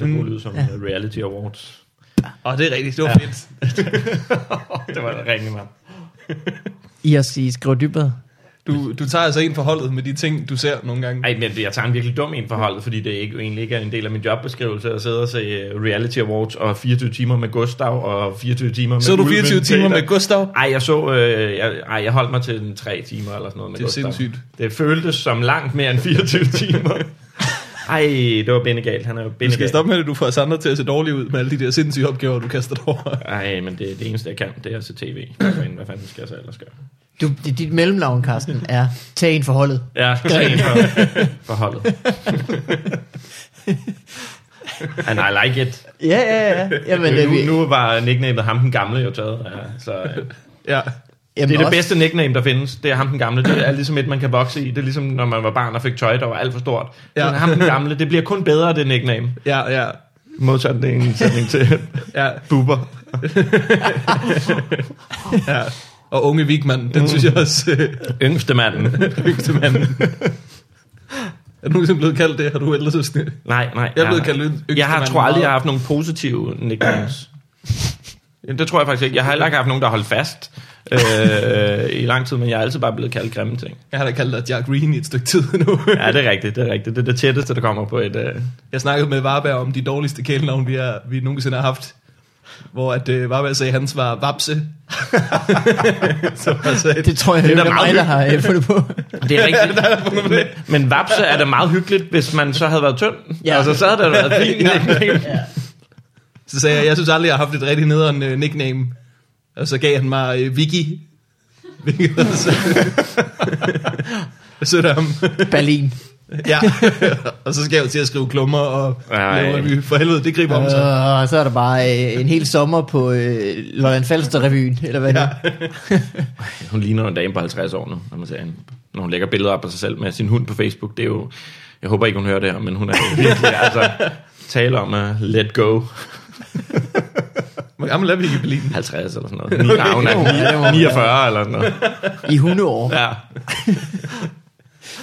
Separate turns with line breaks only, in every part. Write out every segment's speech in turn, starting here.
mm. gode lyde som ja. Reality Awards.
Og det er rigtigt, det var ja. fedt.
det var en ringe, mand.
I at sige, skriv dybere.
Du, du tager altså en for holdet med de ting, du ser nogle gange.
Ej, men jeg tager en virkelig dum en for holdet, fordi det ikke, egentlig ikke er en del af min jobbeskrivelse at sidde og se øh, Reality Awards og 24 timer med Gustav og 24 timer med
Så du
Ulven
24 timer
Taylor.
med Gustav?
Ej, jeg så, øh, jeg, ej, jeg holdt mig til en tre timer eller sådan noget med
Det er
Gustav.
sindssygt.
Det føltes som langt mere end 24 timer. Ej, det var bindegalt. Han er jo
Vi skal
bindegalt.
stoppe med det, du får os andre til at se dårlig ud med alle de der sindssyge opgaver, du kaster dig over.
Ej, men det, det eneste, jeg kan, det er at se tv. Hvad fanden- Hvad fanden skal jeg så ellers gøre?
Du, dit- dit mellemnavn, Carsten, er tag en for holdet.
Ja, jeg skal tage en for, for holdet. And I like it.
Ja, ja, ja. Jamen, det, øh, vi,
Men nu, nu var nicknamet ham den gamle jo taget. Ja, så, øh,
Ja.
jamen,
det er det
også-
bedste nickname, der findes. Det er ham den gamle. Det er ligesom et, man kan vokse i. Det er ligesom, når man var barn og fik tøj, der var alt for stort. Ja.
Ja.
Så ham den gamle, det bliver kun bedre, det nickname.
Ja, ja,
Modsat det er en sætning til
ja.
buber.
ja. Og unge Vigman, den synes jeg også... Øh,
Yngste manden.
yngste mand. er du nogensinde blevet kaldt det? Har du ellers sådan...
Nej, nej.
Jeg er blevet kaldt yngste
Jeg har,
mand
tror aldrig,
meget.
jeg har haft nogle positive nicknames. Jamen, det tror jeg faktisk ikke. Jeg har heller ikke haft nogen, der har holdt fast øh, øh, i lang tid, men jeg er altid bare blevet kaldt grimme ting.
Jeg har da kaldt dig Jack Green i et stykke tid nu.
Ja, det er rigtigt, det er rigtigt. Det er det tætteste, der kommer på et... Øh,
Jeg snakkede med Varberg om de dårligste kælenavn, vi, har, vi nogensinde har haft. Hvor at, øh, Varberg sagde, at hans var Vapse. så var sagde,
det tror jeg, det
da
er mig,
meget
der har øh, fundet på.
Det er rigtigt. ja, Men vapse er da meget hyggeligt, hvis man så havde været tynd. Ja.
Ja.
Altså, så havde det været fint. ja.
så sagde jeg, jeg synes aldrig, jeg har haft et rigtig nederen øh, nickname. Og så gav han mig øh, Vicky. Hvilket også... Sødt af ham.
Berlin.
Ja. og så skal jeg jo til at skrive klummer og
Ej.
lave revy. For helvede, det griber om sig.
Øh, Og så er der bare øh, en hel sommer på øh, Lolland Falster-revyen, eller hvad ja.
Ja.
Hun ligner en dame på 50 år nu, når man ser hende. Når hun lægger billeder op af sig selv med sin hund på Facebook, det er jo... Jeg håber ikke, hun hører det her, men hun er jo virkelig, altså... Tale om at let go.
Hvor gammel er vi i Berlin?
50 eller sådan noget. Ni, okay. Hun er 49 eller sådan noget.
I hundeår.
Ja.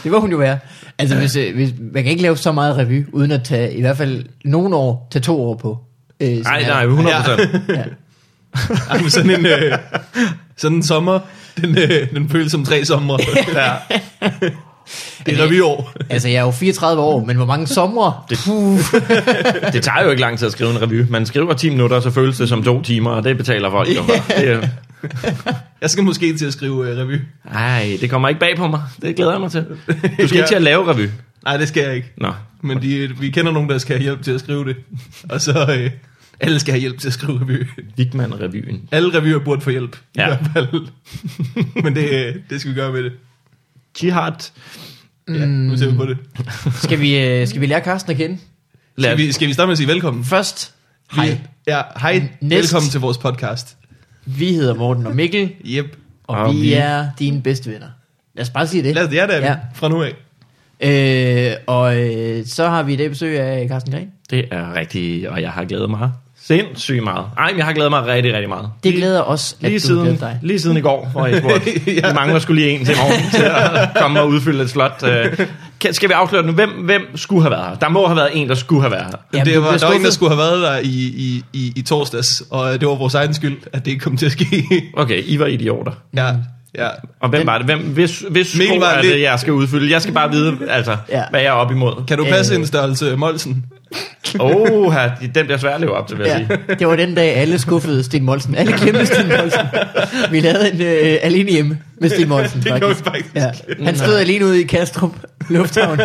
Det var hun jo være. Altså, hvis, øh, hvis, man kan ikke lave så meget revy, uden at tage i hvert fald nogle år, tage to år på. Øh, sådan
Ej,
her.
nej, 100 procent.
Ja.
Ej, men sådan en, øh, sådan en sommer, den, øh, den føles som tre sommer. Ja. Det er revyår.
Altså, jeg er jo 34 år, men hvor mange somre? Puh.
Det tager jo ikke lang tid at skrive en revy. Man skriver 10 minutter, og så føles det som to timer, og det betaler folk jo for. Det er jo-
Jeg skal måske til at skrive øh, revy.
Ej, det kommer ikke bag på mig. Det glæder jeg mig til. Du skal ikke
Ja.
til at lave revy.
Nej, det skal jeg ikke.
Nå.
Men de, vi kender nogen, der skal have hjælp til at skrive det. Og så øh, alle skal have hjælp til at skrive revy.
Vigman-revyen.
Alle revyer burde få hjælp.
Ja.
Ja. I hvert fald. Men det, øh, det skal vi gøre med det.
Jihad.
Ja, nu ser vi
Mm.
på det.
Skal vi, øh, skal vi lære Carsten at kende?
Lad-
Skal vi, skal vi starte med at sige velkommen?
Først,
Vi-
hej.
Ja, hej.
Næst.
Velkommen til vores podcast.
Vi hedder Morten og Mikkel,
Yep.
og,
Og
og vi,
vi-
vi er dine bedste venner. Lad os bare sige det.
Lad os, ja, det er
Ja.
ja. fra nu af.
Øh, og øh, så har vi i dag besøg af Carsten Gren.
Det er rigtigt, og jeg har glædet mig sindssygt meget. Ej, men jeg har glædet mig rigtig, rigtig meget.
Det glæder os, at du
Lige
siden.
siden,
glæder dig.
lige siden i går, hvor jeg spurgte, ja. mangler skulle lige en til i morgen til at komme og udfylde et slot. Øh, kan- Skal vi afsløre nu, hvem, hvem skulle have været her? Der må have været en, der skulle have været her.
Jamen,
det
du
var,
blev
der var en, der
skuffet.
skulle have været der i, i, i, i torsdags, og øh, det var vores egen skyld, at det ikke kom til at ske.
Mm.
Okay, I var idioter.
ja, ja.
Og hvem var det? Hvem, hvis hvis sko
Mikkel var
er
lidt-
det, jeg skal udfylde? Jeg skal bare vide, altså, ja.
Ja.
hvad jeg er op imod.
Kan du passe
Øh.
en størrelse Molsen?
Åh, oh, den bliver svær at leve op til, vil jeg sige.
Ja, det var den dag, alle skuffede Sten Molsen. Alle kæmpede Sten Molsen. Vi lavede en øh, alene hjemme med Sten Molsen.
Det gjorde vi faktisk.
Ja. Han stod alene ude i Kastrup Lufthavn.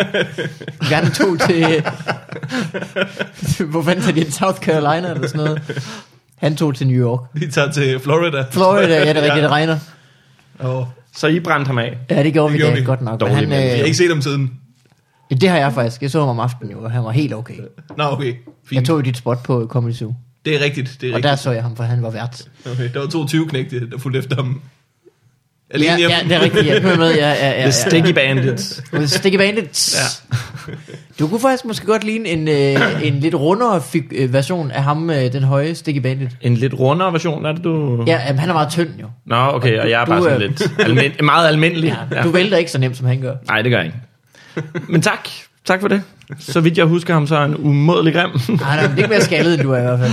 Vi andre tog til... øh, Hvor fanden tager de? South Carolina eller sådan noget. Han tog til New York.
Vi tager til Florida.
Florida, ja, det er rigtigt, det regner.
Oh.
Så I brændte ham af.
Ja, det gjorde
Det
vi
gjorde
da
vi.
godt nok. Men
Dårlige
han,
mænd.
Jeg
øh,
har ikke set dem siden.
det har jeg faktisk. Jeg så ham om aftenen jo, og han var helt okay.
Nå, okay.
Jeg
Fint.
tog jo dit spot på Comedy Zoo,
Det er rigtigt. Det er
og
rigtigt.
der så jeg ham, for han var vært.
Okay. Der var 22 knægte, der fulgte efter ham. Alene
Ja,
hjem.
ja, det er rigtigt. Jeg kører med. Ja, ja, ja,
The
ja.
Sticky Bandits.
Og Sticky Bandits.
Ja.
Du kunne faktisk måske godt ligne en, øh, en lidt rundere fig, øh, version af ham, øh, den høje Sticky Bandit.
En lidt rundere version, er det du?
Ja, jamen, han er meget tynd jo.
Nå, okay, og jeg er
Du-
bare
du øh,
sådan
er-
lidt almind- meget almindelig.
Ja, du vælter ikke så nemt, som han gør.
Nej, det gør jeg ikke. Men tak. tak for det. Så vidt jeg husker ham, så er han umådelig grim.
Nej, nej, men det er ikke mere skaldet, end du er i hvert fald.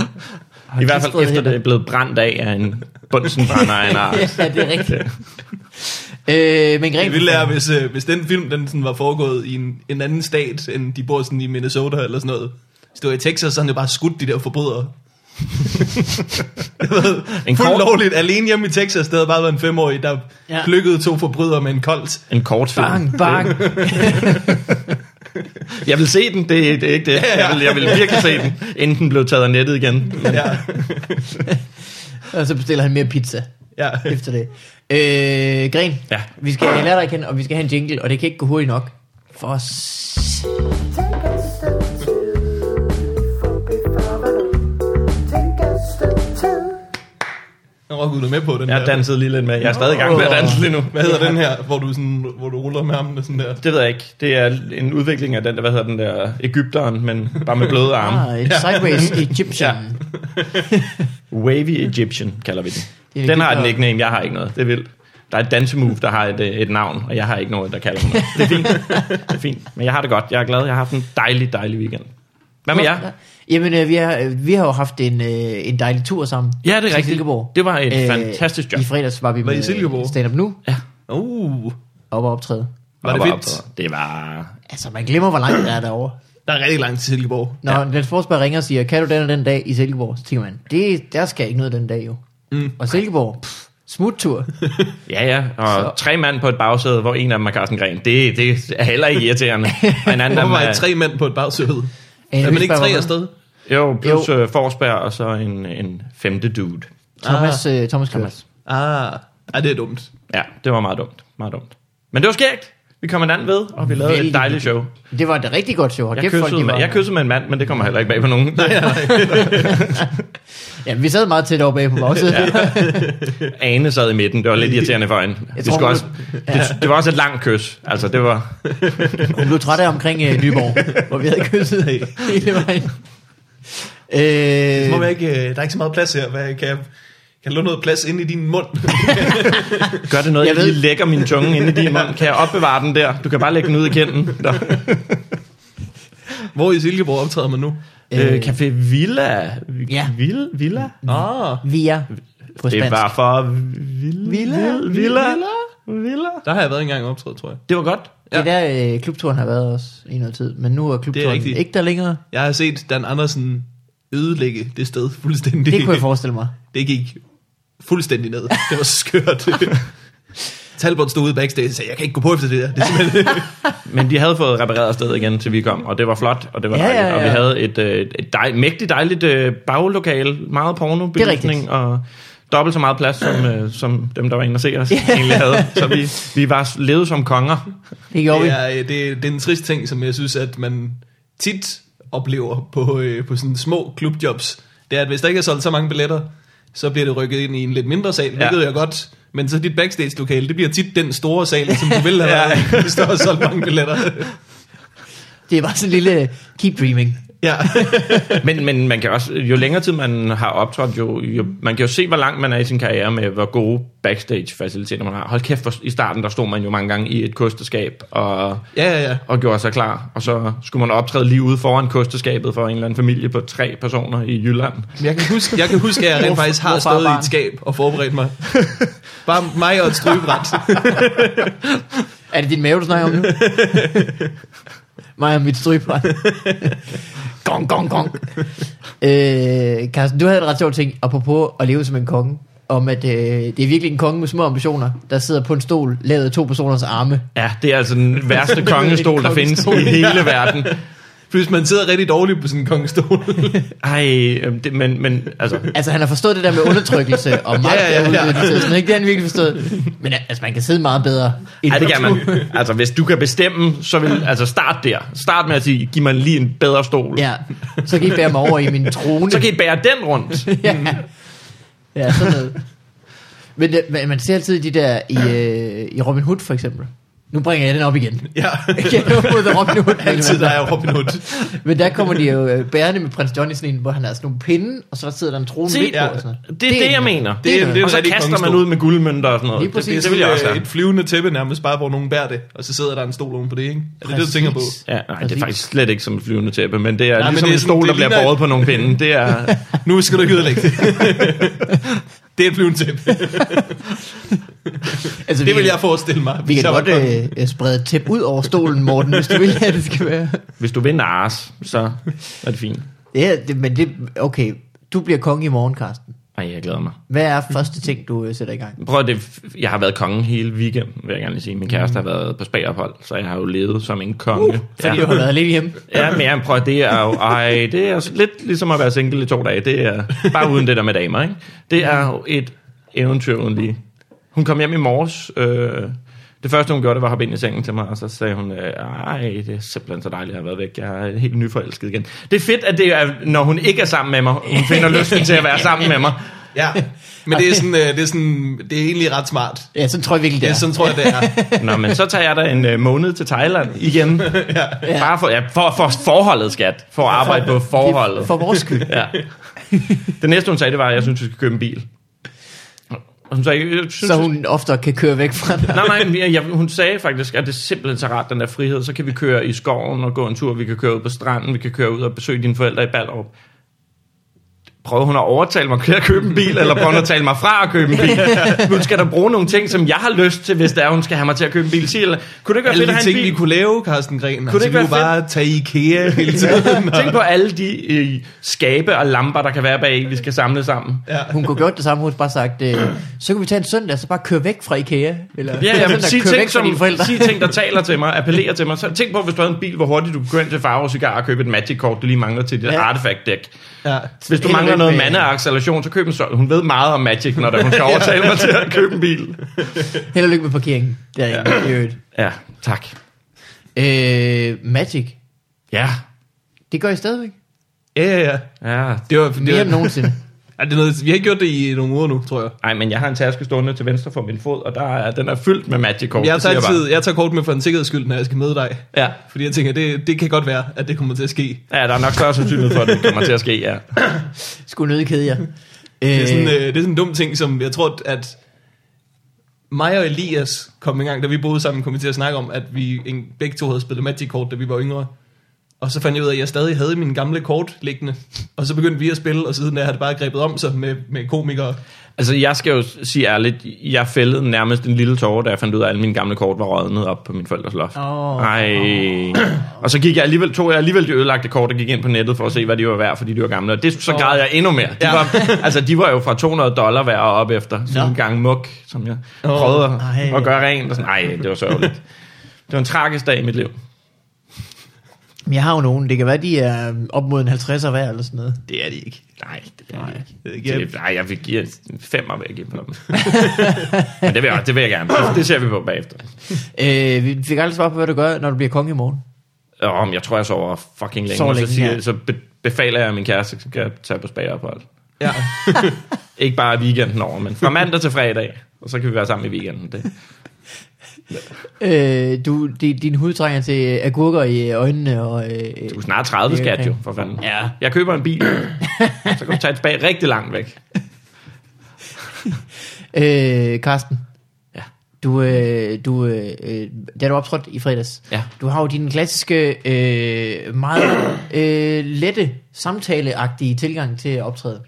Har
I hvert fald
klistret
efter
hænder.
det er blevet brændt af af en bunsenbrænder af en art.
ja, det er rigtigt. øh, men
Det
Gren,
ville være, hvis, øh, hvis den film den sådan var foregået i en, en anden stat, end de bor sådan i Minnesota eller sådan noget. Hvis det var i Texas, så havde han jo bare skudt de der forbrydere.
En,
Fuldt
kort,
lovligt. Alene hjemme i Texas, der havde bare været en femårig, der
Ja.
ja. plukkede to forbrydere med en koldt.
en kort film.
bang, bang.
Jeg vil se den, det, er- det er ikke det. Jeg vil, jeg vil virkelig se den, inden den blev taget af nettet igen.
Ja,
og så bestiller han mere pizza
ja.
efter det. Øh, Gren,
Ja.
vi skal lære dig at kende, og vi skal have en jingle, og det kan ikke gå hurtigt nok. For s-
Take a step two, for before Take a step two.
Nå, Gud, du er med på den
Jeg har
der.
danset lige lidt med. Jeg er stadig i gang med at danse lige nu.
Hvad hedder den her, hvor du, sådan, hvor du ruller med armene sådan der?
Det ved jeg ikke. Det er en udvikling af den der, hvad hedder den der, Ægypteren, men bare med bløde arme.
ah, et sideways Egyptian.
Ja. Wavy Egyptian kalder vi den.
Det er
Den har et
Ægypter.
nickname, jeg har ikke noget. Det er vildt. Der er et dansemove, der har et, øh, et navn, og jeg har ikke noget, der kalder mig noget. Det er fint. Det er fint. Men jeg har det godt. Jeg er glad. Jeg har haft en dejlig, dejlig weekend. Hvad med jer?
Jamen, øh, vi har, øh, vi har jo haft en, øh, en dejlig tur sammen.
Ja, det
til
er rigtigt.
Silkeborg. Øh,
Det var et fantastisk job.
I fredags var vi
Var I
med
i Silkeborg?
Stand Up Nu
Uh,
op og optræde.
var
Op
det
og
fedt?
optræde. Det var...
Altså, man glemmer, hvor langt der er derovre.
Der er rigtig langt til Silkeborg.
Når ja. Niels Forsberg ringer og siger, kan du den og den dag i Silkeborg, så tænker man, det, der skal ikke noget den dag jo. Mm. Og Silkeborg, pff, smuttur.
Ja, ja. Og
Så-
så. tre mand på et bagsæde, hvor en af dem er Carsten Gren. Det, det er heller ikke irriterende. Og en anden af
Der
dem
var
er...
tre mænd på et bagsøde.
Ane
Er man ikke
Høgsberg var
tre
med.
afsted?
Jo, plus jo. Forsberg, og så en, en femte dude.
Thomas, ah. Thomas, Thomas.
Ah, ah, det er dumt.
Ja, det var meget dumt. Meget dumt. Men det var skægt. Vi kom hinanden ved, og vi lavede
Vældig
et dejligt show.
Det var et rigtig godt show. og
Jeg
kæft, folk,
kyssede,
de
med,
var-
jeg kyssede med en mand, men det kommer heller ikke bag på nogen.
Ja, vi sad meget tæt over bag på bagsiden. ja.
Ane sad i midten. Det var lidt irriterende for hende. Det,
tror,
skulle
hun-
også, det, det var også et langt kys. Altså, det var...
Hun blev træt af omkring øh, Nyborg, hvor vi havde kysset hele vejen. Øh,
Må man ikke, øh, der er ikke så meget plads her. Hvad, kan, jeg, kan jeg låne noget plads ind i din mund?
Gør det noget,
Jeg
jeg, jeg
ved-
lige lægger min tunge ind i din mund? Kan jeg opbevare den der? Du kan bare lægge den ud i kinden. Der.
Hvor i Silkeborg optræder man nu?
Øh, Café Villa.
Ja.
Vil, villa?
Ah,
via på
Det
spansk.
var for vil,
Villa?
vil- Villa. Villa.
der har jeg været engang optrædet, tror jeg.
Det var godt.
Det er der, øh, klubturen har været også i noget tid, men nu er klubturen
rigtigt.
ikke der længere.
Jeg har set Dan Andersen ødelægge det sted fuldstændig.
Det kunne jeg forestille mig.
det gik fuldstændig ned. Det var skørt. Talbot stod ude backstage og sagde, jeg kan ikke gå på efter det der. Det er simpelthen...
Men de havde fået repareret sted igen, til vi kom, og det var flot, og det var
Ja,
dejligt.
ja, ja.
Og vi havde et, øh, et dej, mægtigt dejligt øh, baglokale, meget
rigtigt.
pornobelysning, og dobbelt så meget plads, som, øh, som dem, der var inde og se os, egentlig havde. Så vi, vi var levet som konger.
Det gjorde
det,
vi.
er, øh, det, er, det er en trist ting, som jeg synes, at man tit oplever på, øh, på sådan små klubjobs. Det er, at hvis der ikke er solgt så mange billetter, så bliver det rykket ind i en lidt mindre sal, ja.
Ja.
det ved jeg godt. Men så dit backstage-lokale, det bliver tit den store sal, som du ville have været, i, hvis der var solgt mange billetter.
Det var sådan en lille øh, keep dreaming.
Ja.
Men, men man kan også, jo længere tid man har optrådt, jo, jo, man kan jo se, hvor langt man er i sin karriere med, hvor gode backstage-faciliteter man har. Hold kæft, hvor, i starten der stod man jo mange gange i et kosteskab og,
ja, ja, ja.
og gjorde sig klar. Og så skulle man optræde lige ude foran kosteskabet for en eller anden familie på tre personer i Jylland.
Men Jeg kan huske, jeg kan huske at jeg rent
Morfar-
faktisk har
morfar og
stået i
barn.
et skab og forberedt mig. Bare mig og et strygebræt.
Er det din mave, du snakker om nu? Mig og mit strygbræt. gong, gong, gong. Øh, Carsten, du havde en ret sjov ting, apropos at leve som en konge, om at øh, det er virkelig en konge med små ambitioner, der sidder på en stol, lavet af to personers arme.
Ja, det er altså den værste kongestol, der findes i hele verden.
Hvis man sidder rigtig dårligt på sådan en kongestol.
Ej, øhm, det, men, men altså,
Altså, han har forstået det der med undertrykkelse og magt.
Ja, ja, ja.
udnyttelse og Sådan, ikke? Det har han virkelig forstået. Men altså, man kan sidde meget bedre. end
Ja, det kan
du.
man. Altså, hvis du kan bestemme, så vil... Altså, start der. Start med at sige, giv mig lige en bedre stol.
Ja, så kan I bære mig over i min trone.
Så kan I bære den rundt.
ja. ja, sådan noget. Men det, men man ser altid de der i, øh, i Robin øh, Hood for eksempel. Nu bringer jeg den op igen.
Ja,
Jeg mod Robin Hood.
altid der er Robin Hood.
Men der kommer de jo øh, bærende med prins Johnny i sådan en, hvor han har sådan nogle pinde, og så sidder der en trone
Se,
midt på.
ja.
Og sådan noget.
Det er det, jeg mener.
altså. det er- det er
og så
en rigtig
kaster man
kongestol.
ud med guldmønter og sådan noget.
Lige
Det,
præcis.
det, det vil jeg også
øh,
have.
et flyvende tæppe nærmest, bare hvor nogen bærer det, og så sidder der en stol oven på det, ikke? Er det det, du tænker på?
Præcis.
Ja, nej, det er
Præcis.
faktisk slet ikke som et flyvende tæppe, men det er
Nej,
nej,
men
ligesom
det er
en
sådan-
stol,
det
der bliver
ligner-
båret på nogle pinde. Det er,
Nu skal du ikke ødelægge det. det er et flyvende tæppe.
Altså,
Det
vi
vil
kan-
jeg forestille mig.
Vi
hvis
kan
jeg var
godt
konge.
øh, øh, sprede et tæp ud over stolen, Morten, hvis du vil have, det skal være.
hvis du vinder Ars, så er det fint.
Ja, det, men det, okay, du bliver konge i morgen, Karsten.
Ej, jeg glæder mig.
Hvad er første ting, du øh, sætter i gang?
Prøv at det, jeg har været konge hele weekenden, vil jeg gerne lige sige. Min kæreste har været på spagerophold, så jeg har jo levet som en konge.
Mm. Uh, Fordi du har været alene hjemme.
Ja, men jamen, prøv, at- det er jo, ej, det er jo lidt ligesom at være single i to dage. Det er bare uden det der med damer, ikke? Det er jo et eventyr uden lige. Hun kom hjem i morges. Øh, det første, hun gjorde, det var at hoppe ind i sengen til mig, og så sagde hun, øh, ej, det er simpelthen så dejligt at have været væk. Jeg er helt nyforelsket igen. Det er fedt, at det er, når hun ikke er sammen med mig, hun finder lysten til at være sammen med mig.
Ja, men det er, sådan, øh, det, er sådan, det er egentlig ret smart.
Ja, sådan tror jeg virkelig, det
Ja,
er.
sådan tror jeg, det er.
Nå, men så tager jeg da en øh, måned til Thailand igen. ja. Bare for, ja, for, for forholdet, skat. For at arbejde på forholdet.
For vores skyld.
Ja. Det næste, hun sagde, det var, at jeg synes, vi skal købe en bil. Og hun sagde, jeg synes,
Så hun oftere kan køre væk fra dig.
Nej, nej, men jeg, jeg, hun sagde faktisk, at det er simpelthen så rart, den der frihed. Så kan vi køre i skoven og gå en tur, vi kan køre ud på stranden, vi kan køre ud og besøge dine forældre i Ballerup. Prøvede hun at overtale mig til at købe en bil, eller prøvede hun at tale mig fra at købe en bil? Hun skal da bruge nogle ting, som jeg har lyst til, hvis det er, hun skal have mig til at købe en bil. Sig, eller, kunne det ikke være fedt
Alle
at have
de
en
ting,
bil?
vi kunne lave, Carsten Gren. Kunne
det
altså,
ikke
vi kunne
være
bare tage i IKEA hele tiden.
Tænk på alle de øh, skabe og lamper, der kan være bag, vi skal samle sammen.
Ja.
Hun kunne gjort det samme, hun havde bare sagt, øh, så kan vi tage en søndag, så bare køre væk fra Ikea. Eller
Ja, ja, men
søndag,
sig
køre væk
ting,
fra dine
som,
forældre.
sig ting, der taler til mig, appellerer til mig. Så tænk på, hvis du havde en bil, hvor hurtigt du kunne gå ind til Faro Cigar og købe et Magic-kort, du lige mangler til dit
Ja.
ja. artefakt-dæk.
Ja.
Hvis du
Helt
mangler
væk
noget
med-
mande og acceleration, så køb en sol. Hun ved meget om Magic, når der- hun skal overtale mig til at købe en bil.
Held og lykke med parkeringen. Det er ja. i øvrigt.
Ja, tak.
Øh, Magic,
Ja.
det gør I stadigvæk.
Ja, ja, ja.
Ja.
Det var, det
Mere
var,
end nogensinde.
Ja, det er noget, vi har ikke gjort det i nogle uger nu, tror jeg.
Ej, men jeg har en taske stående til venstre for min fod, og der er, den er fyldt med Magic-kort.
Jeg
det
tager,
siger
altid, jeg tager kort med for en sikkerheds skyld, når jeg skal møde dig.
bare. Ja.
Fordi jeg tænker, det, det kan godt være, at det kommer til at ske.
Ja, der er nok større sandsynlighed for, at det kommer til at ske, ja.
Skulle nødig kede jer.
Det er, sådan,
Øh,
øh, det er sådan en dum ting, som jeg tror, at mig og Elias kom en gang, da vi boede sammen, kom vi til at snakke om, at vi en, begge to havde spillet Magic-kort, da vi var yngre. Og så fandt jeg ud af, at jeg stadig havde mine gamle kort liggende. Og så begyndte vi at spille, og siden da har det bare grebet om sig med, med komikere.
Altså, jeg skal jo sige ærligt, jeg fældede nærmest en lille tårer, da jeg fandt ud af, at alle mine gamle kort var rødnet op på min forældres loft.
Åh.
Ej. Og så gik jeg alligevel, tog jeg alligevel de ødelagte kort og gik ind på nettet for at se, hvad de var værd, fordi de var gamle. Og det, så græd jeg endnu mere. De
Ja.
var, altså, de var jo fra 200 dollar værd og op efter. Sådan
Nå.
en gang muk, som jeg
Åh,
prøvede
ej.
at, at gøre rent. Og sådan. Ej, det var sørgeligt. Det var en tragisk dag i mit liv.
men jeg har jo nogen. Det kan være, de er op mod en 50'er hver eller sådan noget.
Det er de ikke. Nej, det er de ikke.
Jeg-
Det, nej, jeg vil give en femmer, vil jeg give på dem. Men det vil jeg, det vil jeg gerne. Det, det ser vi på bagefter.
Øh, vi fik aldrig svar på, hvad du gør, når du bliver konge i morgen.
Øh, Om jeg tror, jeg sover fucking længe,
Sover
sover længe og
længe,
så, siger,
ja.
ja. så be- befaler jeg at min kæreste, at jeg tage på spageophold.
Ja.
Ikke bare weekenden over, men fra mandag til fredag, og så kan vi være sammen i weekenden. Det.
Øh, du, di, din hud trænger til øh, agurker i øjnene og... Øh,
Du er snart 30
Det er
skat jo,
okay.
for fanden.
Ja.
Jeg køber en bil, så kan du tage et spag rigtig langt væk.
øh, Karsten.
Ja.
Du, øh, du, øh, øh, da du optrådte i fredags,
Ja.
du har jo din klassiske, øh, meget øh, lette, samtaleagtige tilgang til at optræde.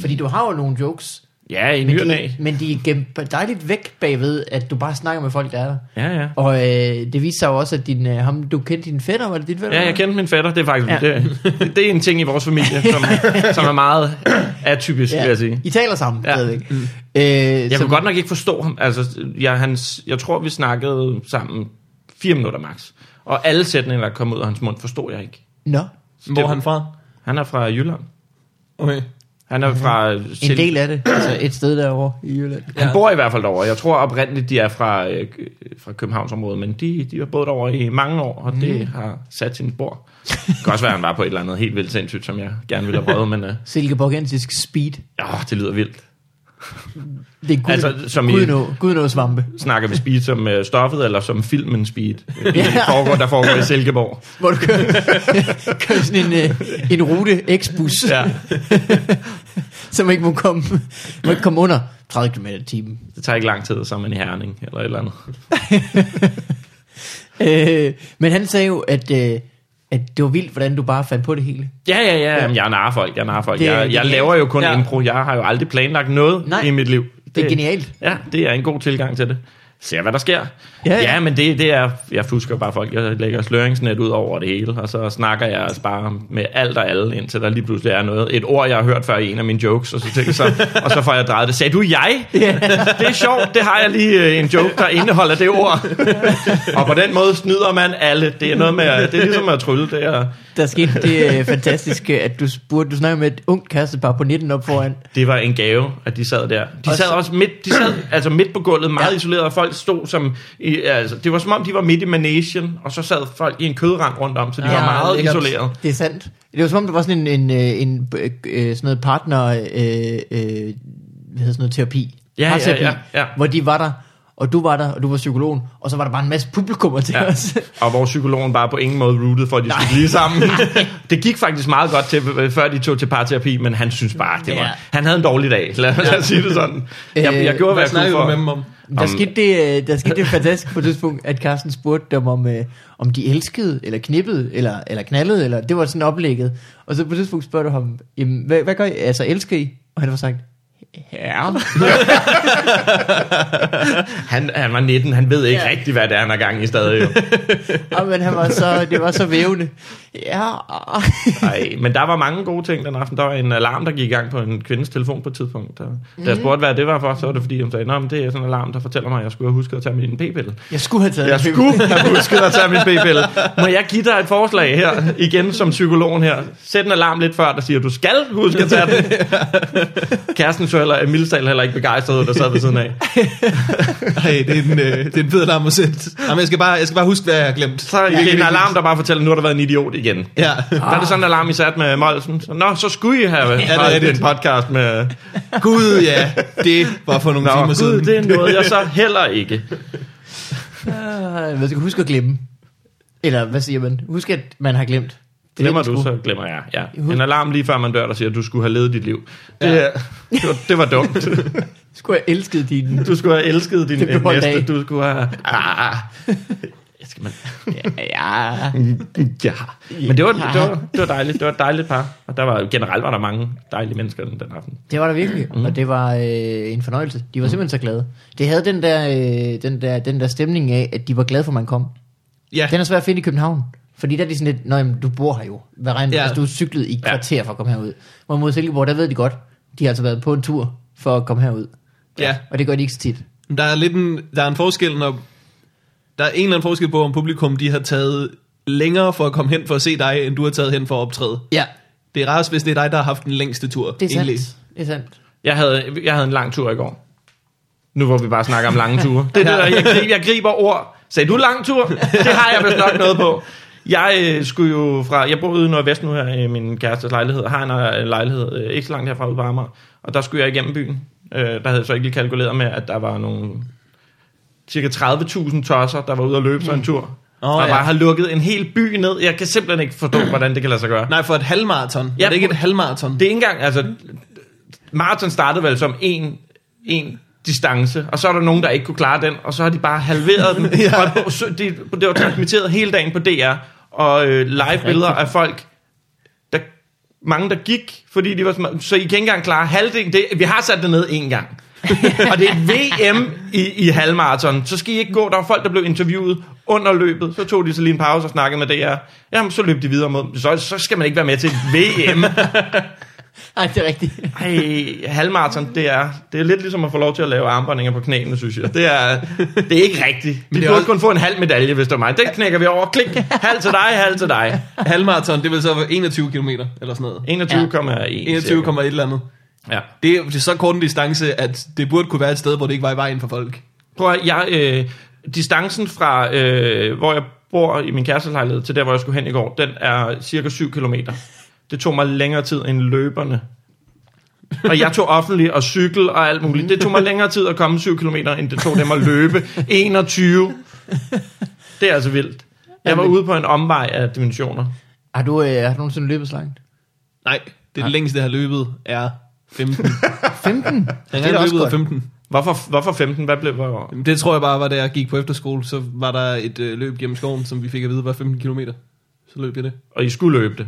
Fordi du har jo nogle jokes,
Ja, i ny
men
og næ.
de, men de er gemt dejligt væk bagved, at du bare snakker med folk, der er der.
Ja, ja.
Og øh, det viste sig jo også, at din, øh, ham, du kendte din fætter, var det din fætter?
Ja, jeg kendte min fætter. Det er faktisk
Ja.
ja. det, det er en ting i vores familie, som, som er meget atypisk, ja. vil jeg sige.
I taler sammen,
Ja.
ja. stadigvæk. Mm. Øh,
Jeg
som-
kunne godt nok ikke forstå ham. Altså, jeg, hans, jeg tror, vi snakkede sammen fire minutter max. Og alle sætninger, der kom ud af hans mund, forstod jeg ikke.
Nå,
Hvor er han fra?
Han er fra Jylland.
Okay.
Han er fra...
Mhm. en del af det. Altså et sted derovre i Jylland.
Han
Ja.
bor i hvert fald derovre. Jeg tror oprindeligt, de er fra, øh, fra Københavnsområdet, men de, de har boet derovre i mange år, og det
Mhm.
har sat sin spor. Det kan også være, han var på et eller andet helt vildt sindssygt, som jeg gerne ville have prøvet, men øh,
Silkeborgensisk speed.
åh, det lyder vildt.
Det er gud,
Altså, som i-
gudnå, gudnå svampe.
Snakker vi speed som øh, stoffet, eller som filmen speed? Øh,
Ja.
der foregår, der foregår i Silkeborg.
Hvor du kører, kører sådan en, øh, en rute X-bus, ja. som ikke må komme, må ikke komme under 30 km i timen.
Det tager ikke lang tid, så er man i Herning, eller et eller andet.
Øh, men han sagde jo, at, øh, at det var vildt, hvordan du bare fandt på det hele.
Ja, ja, ja. Jamen, jeg er narfolk, jeg er narfolk.
Det er-
Jeg,
det
jeg
er-
laver jo kun
ja.
ja. impro. Jeg har jo aldrig planlagt noget
Nej,
i mit liv.
Det, er genialt.
Ja, det er en god tilgang til det. Ser, hvad der sker.
Ja,
Ja,
ja.
ja. ja men det, det er, jeg fusker bare folk. Jeg lægger sløringsnet ud over det hele, og så snakker jeg altså bare med alt og alle, indtil der lige pludselig er noget. Et ord, jeg har hørt før i en af mine jokes, og så, tænker jeg så, og så får jeg drejet det. Sagde du jeg?
Ja.
Det er sjovt, det har jeg lige øh, en joke, der indeholder det ord. og på den måde snyder man alle. Det er, noget med, at- det er ligesom at trylle. Det er,
Der skete det øh, fantastiske, at du spurgte, du snakkede med et ungt kærestepar på 19 op foran.
Det var en gave, at de sad der. De
Og
sad
så-
også midt, de sad, altså midt på gulvet, meget
Ja.
ja. isoleret, og folk stod som... I, altså, det var som om, de var midt i managen, og så sad folk i en kødrand rundt om, så de
Ja,
ja, var meget
lækkert.
isoleret.
Det er sandt. Det var som om, det var sådan en, en, øh, en øh, øh, sådan noget partner, øh, øh, hvad hedder sådan noget, terapi.
Ja, ja,
Parterapi,
ja, ja.
Hvor de var der, og du var der, og du var psykologen, og så var der bare en masse publikummer til ja.
Ja.
os.
Og hvor psykologen bare på ingen måde rooted for, at de skulle blive sammen. det gik faktisk meget godt til, øh, før de tog til parterapi, men han synes bare, det var...
Ja.
Han havde en dårlig dag, lad, lad os sige det sådan. Jeg, jeg gjorde, hvad
Hvad
jeg kunne
snakker du
for...
med dem om?
Der skete, det, øh, der skete det fantastiske på et tidspunkt, at Carsten spurgte dem, om, øh, om de elskede, eller knippede, eller, eller knaldede, eller det var sådan oplægget. Og så på et tidspunkt spørger du ham, Jamen, hvad, hvad gør I? Altså, elsker I? Og han var sagt, ja.
Han, han var 19, han ved ikke ja. rigtig, hvad det er, han har gang i stadig. Jo.
og, men han var så, det var så vævende. Ja.
Ej, men der var mange gode ting den aften. Der var en alarm, der gik i gang på en kvindes telefon på et tidspunkt. Der, mm. Da jeg spurgte, hvad det var for, så var det fordi, hun sagde, Nå, men det er sådan en alarm, der fortæller mig, at jeg skulle have husket at tage min p-pille.
Jeg skulle have taget
Jeg
en
skulle have husket at tage min p-pille. Må jeg give dig et forslag her, igen som psykologen her? Sæt en alarm lidt før, der siger, du skal huske at tage den. Kæresten så heller, Emil Stahl heller ikke begejstret, der sad ved siden af.
Nej, det er en, øh, det er en fed alarm at sætte. Jamen, jeg skal, bare, jeg skal bare huske, hvad jeg har glemt.
Så er det en alarm, der bare fortæller, nu har der været en idiot igen.
Ja,
Der er det sådan en alarm, I sat med Molsen. Så, Nå, så skulle I have
det er
ja, det er en
rigtigt.
podcast med...
gud ja, det var for nogle
Nå,
timer
gud,
siden.
det er noget, jeg så heller ikke.
Øh, man skal huske at glemme. Eller hvad siger man? Husk, at man har glemt. Det er
Glemmer
det, man
du,
skulle.
så glemmer jeg. Ja. En alarm lige før man dør, der siger, at du skulle have levet dit liv. Det, ja. det, var, det var dumt.
Skulle jeg elske din...
Du skulle have elsket din øh,
Det blev en
næste.
dag.
Du skulle have... Ah. Skal man...
Ja.
Ja. Men det var, det, var, det var dejligt. Det var et dejligt par. Og der var, generelt var der mange dejlige mennesker den, den aften.
Det var der virkelig, mm. og det var øh, en fornøjelse. De var simpelthen så glade. Det havde den der, øh, den, der, den der stemning af, at de var glade for, at man kom.
Ja,
Den er svær at finde i København. Fordi der er de sådan lidt, Nå, jamen, du bor her jo. Hvad regner
Ja.
ja. altså, du er cyklet i et kvarter for at komme herud. Hvor mod Silkeborg, der ved de godt, de har altså været på en tur for at komme herud.
ja.
Og det gør de ikke så tit.
Men Der er lidt en, der er en forskel, når... Der er en eller anden forskel på, om publikum de har taget længere for at komme hen for at se dig, end du har taget hen for at optræde.
Ja,
Det er rarest, hvis det er dig, der har haft den længste tur.
det er sandt.
egentlig.
Det er sandt.
Jeg havde, jeg havde en lang tur i går. Nu hvor vi bare snakker om lange ture. Det er det, der, jeg, griber, jeg griber ord. Sagde du lang tur? Det har jeg vist nok noget på. Jeg øh, skulle jo fra... Jeg bor ude i Nordvest nu her i min kærestes lejlighed. Har en øh, lejlighed øh, ikke så langt herfra ude på Amager. Og der skulle jeg igennem byen. Øh, der havde jeg så ikke lige kalkuleret med, at der var nogle... Cirka 30.000 tosser, der var ude og løbe sådan en tur.
Mm. Åh,
og
ja.
bare har lukket en hel by ned. Jeg kan simpelthen ikke forstå, hvordan det kan lade sig gøre.
Nej, for et halvmarathon. Ja,
Ja,
er det ikke et
på-
halvmarathon?
Det er ikke engang, altså... Marathon startede vel som en, en distance, og så er der nogen, der ikke kunne klare den, og så har de bare halveret den. ja. og det, det, det var transmitteret hele dagen på DR, og øh, live billeder af folk, der, mange der gik, fordi de var sma- så I kan ikke engang klare halvdelen. Det, vi har sat det ned en gang. og det er et VM i, i halvmarathon. Så skal I ikke gå. Der var folk, der blev interviewet under løbet. Så tog de så lige en pause og snakkede med DR. Jamen, så løb de videre mod. Så, så skal man ikke være med til et VM.
Nej, det er rigtigt.
Ej, halvmarathon, det er, det er lidt ligesom at få lov til at lave armbåndinger på knæene, synes jeg. Det er, det er ikke rigtigt. Vi
Men det
burde
er også-
kun få en halv medalje, hvis det var mig. Den knækker vi over. Klik. Halv til dig, halv til dig.
Halvmarathon, det vil så være 21 km eller sådan noget.
21,1.
21, et eller andet.
Ja.
Det er, det er så kort en distance, at det burde kunne være et sted, hvor det ikke var i vejen for folk.
Prøv at, jeg, øh, distancen fra, øh, hvor jeg bor i min kærestelejlighed, til der, hvor jeg skulle hen i går, den er cirka 7 km. Det tog mig længere tid end løberne og jeg tog offentlig og cykel og alt muligt. Det tog mig længere tid at komme 7 km, end det tog dem at løbe 21. Det er altså vildt. Jeg var ude på en omvej af dimensioner.
Har du, øh, har du nogensinde løbet så langt?
Nej, det er det længste, jeg har løbet, er 15.
15?
Jeg
da
har
også
løbet
godt.
af 15.
Hvorfor, hvorfor 15? Hvad blev hvor?
Jamen, Det tror jeg bare var, da jeg gik på efterskole, så var der et øh, løb gennem skoven, som vi fik at vide var 15 km. Så løb jeg det.
Og I skulle løbe det.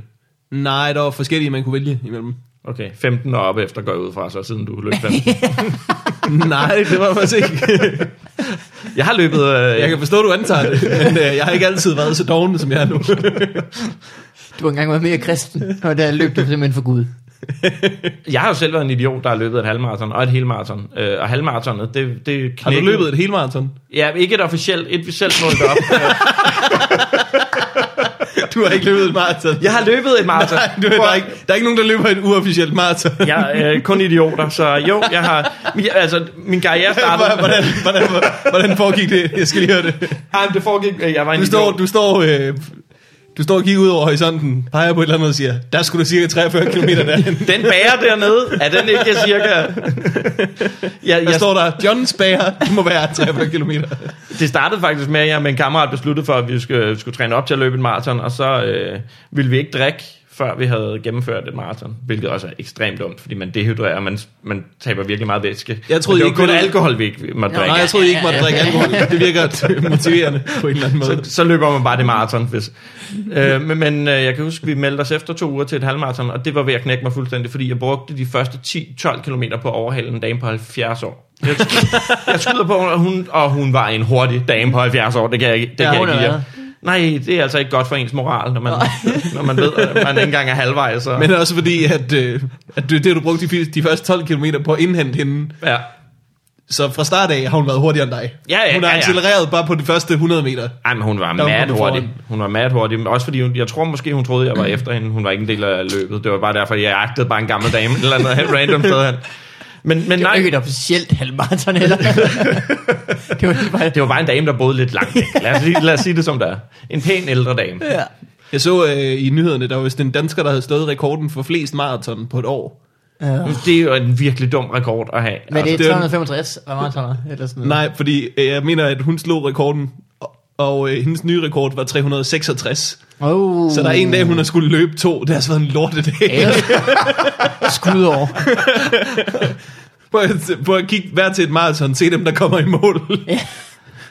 Nej, der var forskellige, man kunne vælge imellem.
Okay, 15 og op efter går jeg ud fra, så siden du løb 15.
Nej, det var faktisk ikke.
Jeg har løbet... Øh,
Jeg kan forstå, du antager det, men øh, jeg har ikke altid været så doven, som jeg er nu.
Du har engang været mere kristen, og der løb du simpelthen for Gud.
Jeg har jo selv været en idiot, der har løbet et halvmarathon og et helmarathon. Øh, og halvmaratonet, det, det knækkede.
Har du løbet et helmarathon?
Ja, ikke et officielt, et vi selv målte op. Øh,
Du har ikke løbet et maraton.
jeg har løbet et maraton.
Nej, du, der, er ikke, der er ikke nogen, der løber et uofficielt maraton.
Jeg er øh, kun idioter, så jo, jeg har... min- Altså, min karriere startede...
Hvordan, hvordan, hvordan foregik det? Jeg skal lige høre det.
Ej, men det foregik... øh, Jeg var en
Du står,
idiot.
du står, øh, du står og kigger ud over horisonten, peger på et eller andet og siger, der skulle du cirka 43 km derhen.
Den bærer dernede, er den ikke cirka... Jeg,
Der
jeg,
står der, John Spager, det må være 43 km.
det startede faktisk med, at jeg med en kammerat besluttede for, at vi skulle, skulle træne op til at løbe en maraton, og så øh, ville vi ikke drikke, før vi havde gennemført et maraton, hvilket også er ekstremt dumt, fordi man dehydrerer, man, man taber virkelig meget væske.
Jeg troede,
Men det var
I ikke
kun
kunne-
alkohol, vi ikke måtte drikke.
Nej, jeg troede I ikke måtte drikke alkohol. Det virker motiverende på en eller anden måde.
så, så løber man bare det maraton. Hvis. Øh, men men øh, jeg kan huske, vi meldte os efter to uger til et halvmaraton, og det var ved at knække mig fuldstændig, fordi jeg brugte de første 10-12 km på at overhale en dame på 70 år. Jeg, jeg skyder på, og hun, og hun var en hurtig dame på 70 år. Det kan jeg, ikke-
Ja,
det kan jeg
hun
ikke
er
give jer.
hvad?
Nej, det er altså ikke godt for ens moral, når man, når man ved, at man ikke engang er halvvejs. Så.
Men også fordi, at, øh, at det, det du brugte de, fi- de første 12 km på at indhente hende,
ja.
så fra start af har hun været hurtigere end dig.
Ja, ja,
hun har
ja, ja.
accelereret bare på de første 100 meter.
Ej, men hun var
var
mad
hun
hurtig.
foran.
Hun var mad hurtig. Men også fordi, hun, jeg tror måske, hun troede, jeg var efter hende. Hun var ikke en del af løbet. Det var bare derfor, jeg agtede bare en gammel dame et eller andet helt random sted hen. Men,
Det
men
var
nej,
ikke et officielt halvmarathon heller. det var lige bare...
det var bare en dame, der boede lidt langt. væk. Lad os, sige, lad os sige det som det er. En pæn ældre dame.
Ja.
Jeg så øh, i nyhederne, der var vist en dansker, der havde slået rekorden for flest maraton på et år.
Uh,
Det er jo en virkelig dum rekord at have.
men det er
det er-
365 maratoner, eller sådan noget.
Nej, fordi øh, jeg mener, at hun slog rekorden, og- og øh, hendes nye rekord var 366.
Oh.
Så der er en dag, hun har skulle løbe to. Det har altså været en lortedag.
Ja. Skud over.
Prøv at, prøv at kigge hver til et maraton, se dem, der kommer i mål.
Ja.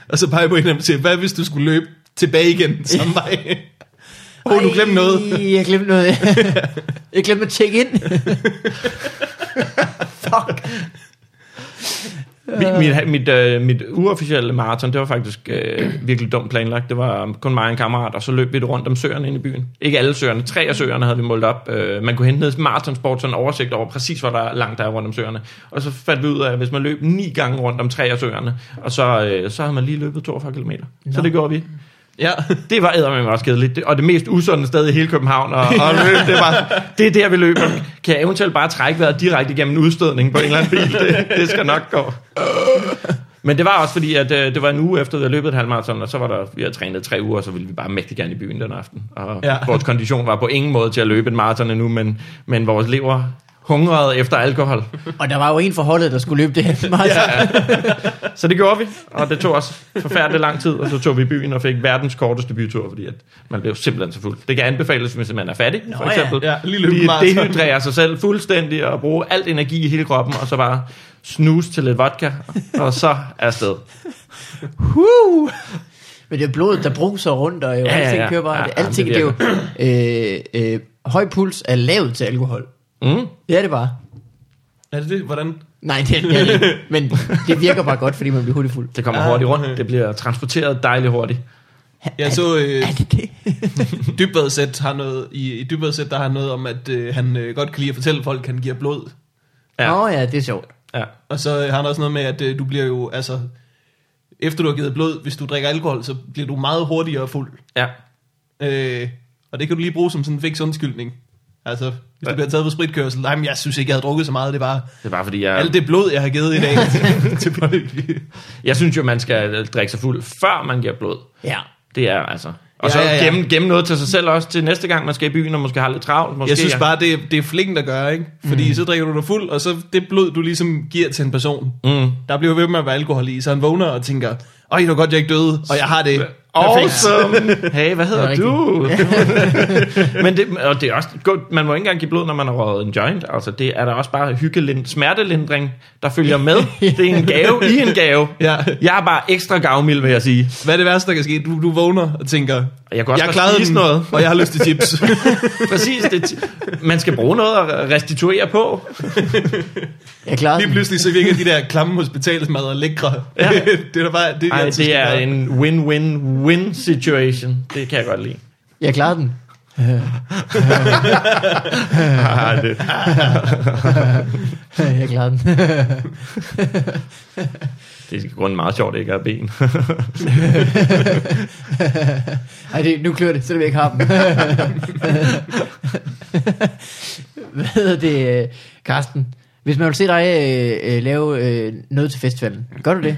og så pege på en af dem og sige, hvad hvis du skulle løbe tilbage igen samme vej? Åh, oh, du glemte noget.
Ej, Jeg glemte noget. jeg glemte at tjekke ind. Fuck.
Mit, mit, mit, øh, mit uofficielle maraton, det var faktisk øh, virkelig dumt planlagt. Det var kun mig og en kammerat, og så løb vi det rundt om søerne inde i byen. Ikke alle søerne, tre af søerne havde vi målt op. Øh, man kunne hente ned maratonsport, sådan en oversigt over præcis, hvor der er langt der er rundt om søerne. Og så fandt vi ud af, at hvis man løb ni gange rundt om tre af søerne, og så, øh, så havde man lige løbet 42 km. Så
Nå.
det gjorde vi.
Ja.
Det var eddermame også kedeligt. Det- Og det mest usunde sted i hele København og, og løb, det var, det er der, vi løber. Kan jeg eventuelt bare trække vejret direkte igennem en udstødning på en eller anden bil? Det, det skal nok gå. Men det var også fordi, at øh, det var en uge efter, at jeg løbet et halvmarathon, og så var der, vi havde trænet tre uger, og så ville vi bare mægtig gerne i byen den aften. Og
Ja.
ja. vores kondition var på ingen måde til at løbe et maraton endnu, men, men vores lever hungrede efter alkohol.
Og der var jo en for holdet, der skulle løbe det her maraton. Ja.
Så det gjorde vi, og det tog os forfærdelig lang tid, og så tog vi i byen og fik verdens korteste bytur, fordi at man blev simpelthen så fuld. Det kan anbefales, hvis man er fattig, Nå, for
ja.
eksempel.
Ja, lige løbe
Lige
maraton.
dehydrere sig selv fuldstændig og bruge alt energi i hele kroppen, og så bare snuse til lidt vodka, og så afsted.
Woo! Men det er blodet, der bruser rundt, og jo, ja,
ja,
alting
ja.
kører bare.
Ja,
Ja,
ja,
alting, det,
det
er jo... Øh, øh, høj puls er lavet til alkohol.
Mm.
Det er det bare.
Er det det? Hvordan?
Nej, det er det ikke. Men det virker bare godt, fordi man bliver hurtigt fuld.
Det kommer
Ah,
hurtigt rundt,
okay.
det bliver transporteret dejligt hurtigt.
Jeg så øh,
Er det det?
Dybvadsæt har noget, i, i Dybvadsæt, der har noget om, at øh, han øh, godt kan lide at fortælle folk, at han giver blod.
Ja.
Ja. Nå ja, det er sjovt.
Ja.
Og så øh, har han også noget med, at øh, du bliver jo, altså, efter du har givet blod, hvis du drikker alkohol, så bliver du meget hurtigere fuld.
ja.
Øh, og det kan du lige bruge som sådan en fiks undskyldning. Altså, hvis
Ja.
du bliver taget på spritkørsel, nej, men jeg synes ikke, jeg havde drukket så meget, det var
Det er bare fordi, jeg...
alt det blod, jeg har givet i dag til folk.
øh, Jeg synes jo, man skal drikke sig fuld, før man giver blod.
Ja.
Det er altså... Og ja, så
Ja, ja, ja.
Gemme, gemme noget til sig selv også til næste gang, man skal i byen, og måske har lidt travlt. Måske
Jeg synes bare, det, er- det er flinken at gøre, ikke? Fordi mm. så drikker du dig fuld, og så det blod, du ligesom giver til en person,
Mm.
der bliver ved med at være alkohol i, så han vågner og tænker, øj, det var godt, jeg ikke døde, og jeg har det.
Awesome! Hey, hvad hedder
Det er
du? Men det, og det er også, godt, man må ikke engang give blod, når man har røget en joint. Altså, det er der også bare hyggelind, smertelindring, der følger med. Det er en gave i en gave.
Ja.
Jeg er bare ekstra gavmild, vil jeg sige.
Hvad er det værste, der kan ske? Du, du vågner og tænker,
Og jeg kunne også
jeg
godt
klarede
spise
den,
noget.
og jeg har lyst til chips.
Præcis. Det, man skal bruge noget at restituere på.
Jeg klarede
Lige
den.
pludselig så virker de der klamme hospitalsmadder lækre.
Ja.
det er da bare... Det,
Ej,
jeg synes,
det er
bare-
en win-win-win situation. Det kan jeg godt lide.
Jeg klarede den.
Ej, det.
Jeg klarede den.
Det er grund meget sjovt ikke at have ben.
Ej, det, nu klør det, så det vil jeg ikke have dem. Hvad hedder det, øh, Karsten? Hvis man vil se dig øh, øh, lave øh, noget til festivalen, gør du det?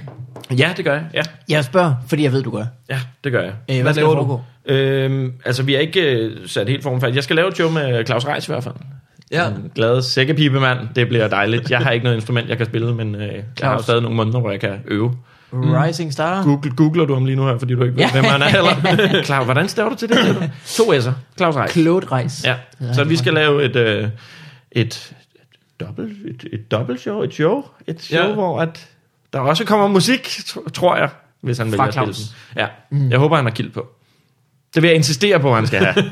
Ja, det gør jeg. Ja,
Jeg spørger, fordi jeg ved, du gør. Øh,
ja det gør jeg.
hvad, skal
laver
der
du?
foregå?
Øhm, altså, vi er ikke øh, sat helt form fast. Jeg skal lave et show med Claus Reis i hvert fald.
Ja.
Den glade sækkepibemand. Det bliver dejligt. Jeg har ikke noget instrument, jeg kan spille, men øh, jeg har jo
Claus.
stadig nogle måneder, hvor jeg kan øve.
Rising Star?
Google, googler du ham lige nu her, fordi du ikke ved,
Ja.
hvem han er heller. Claus, hvordan staver du til det? siger du? To S'er. Claus Reis.
Claude Reis.
Ja, så vi skal lave et, øh, et, dobbelt, et, et dobbelt show, et show, et show
Ja.
ja. hvor at der også kommer musik, tr- tror jeg, hvis han
Fra
vælger at spille
Claus.
den. Ja, mm. jeg håber, han har kild på. Det vil jeg insistere på, at han skal have.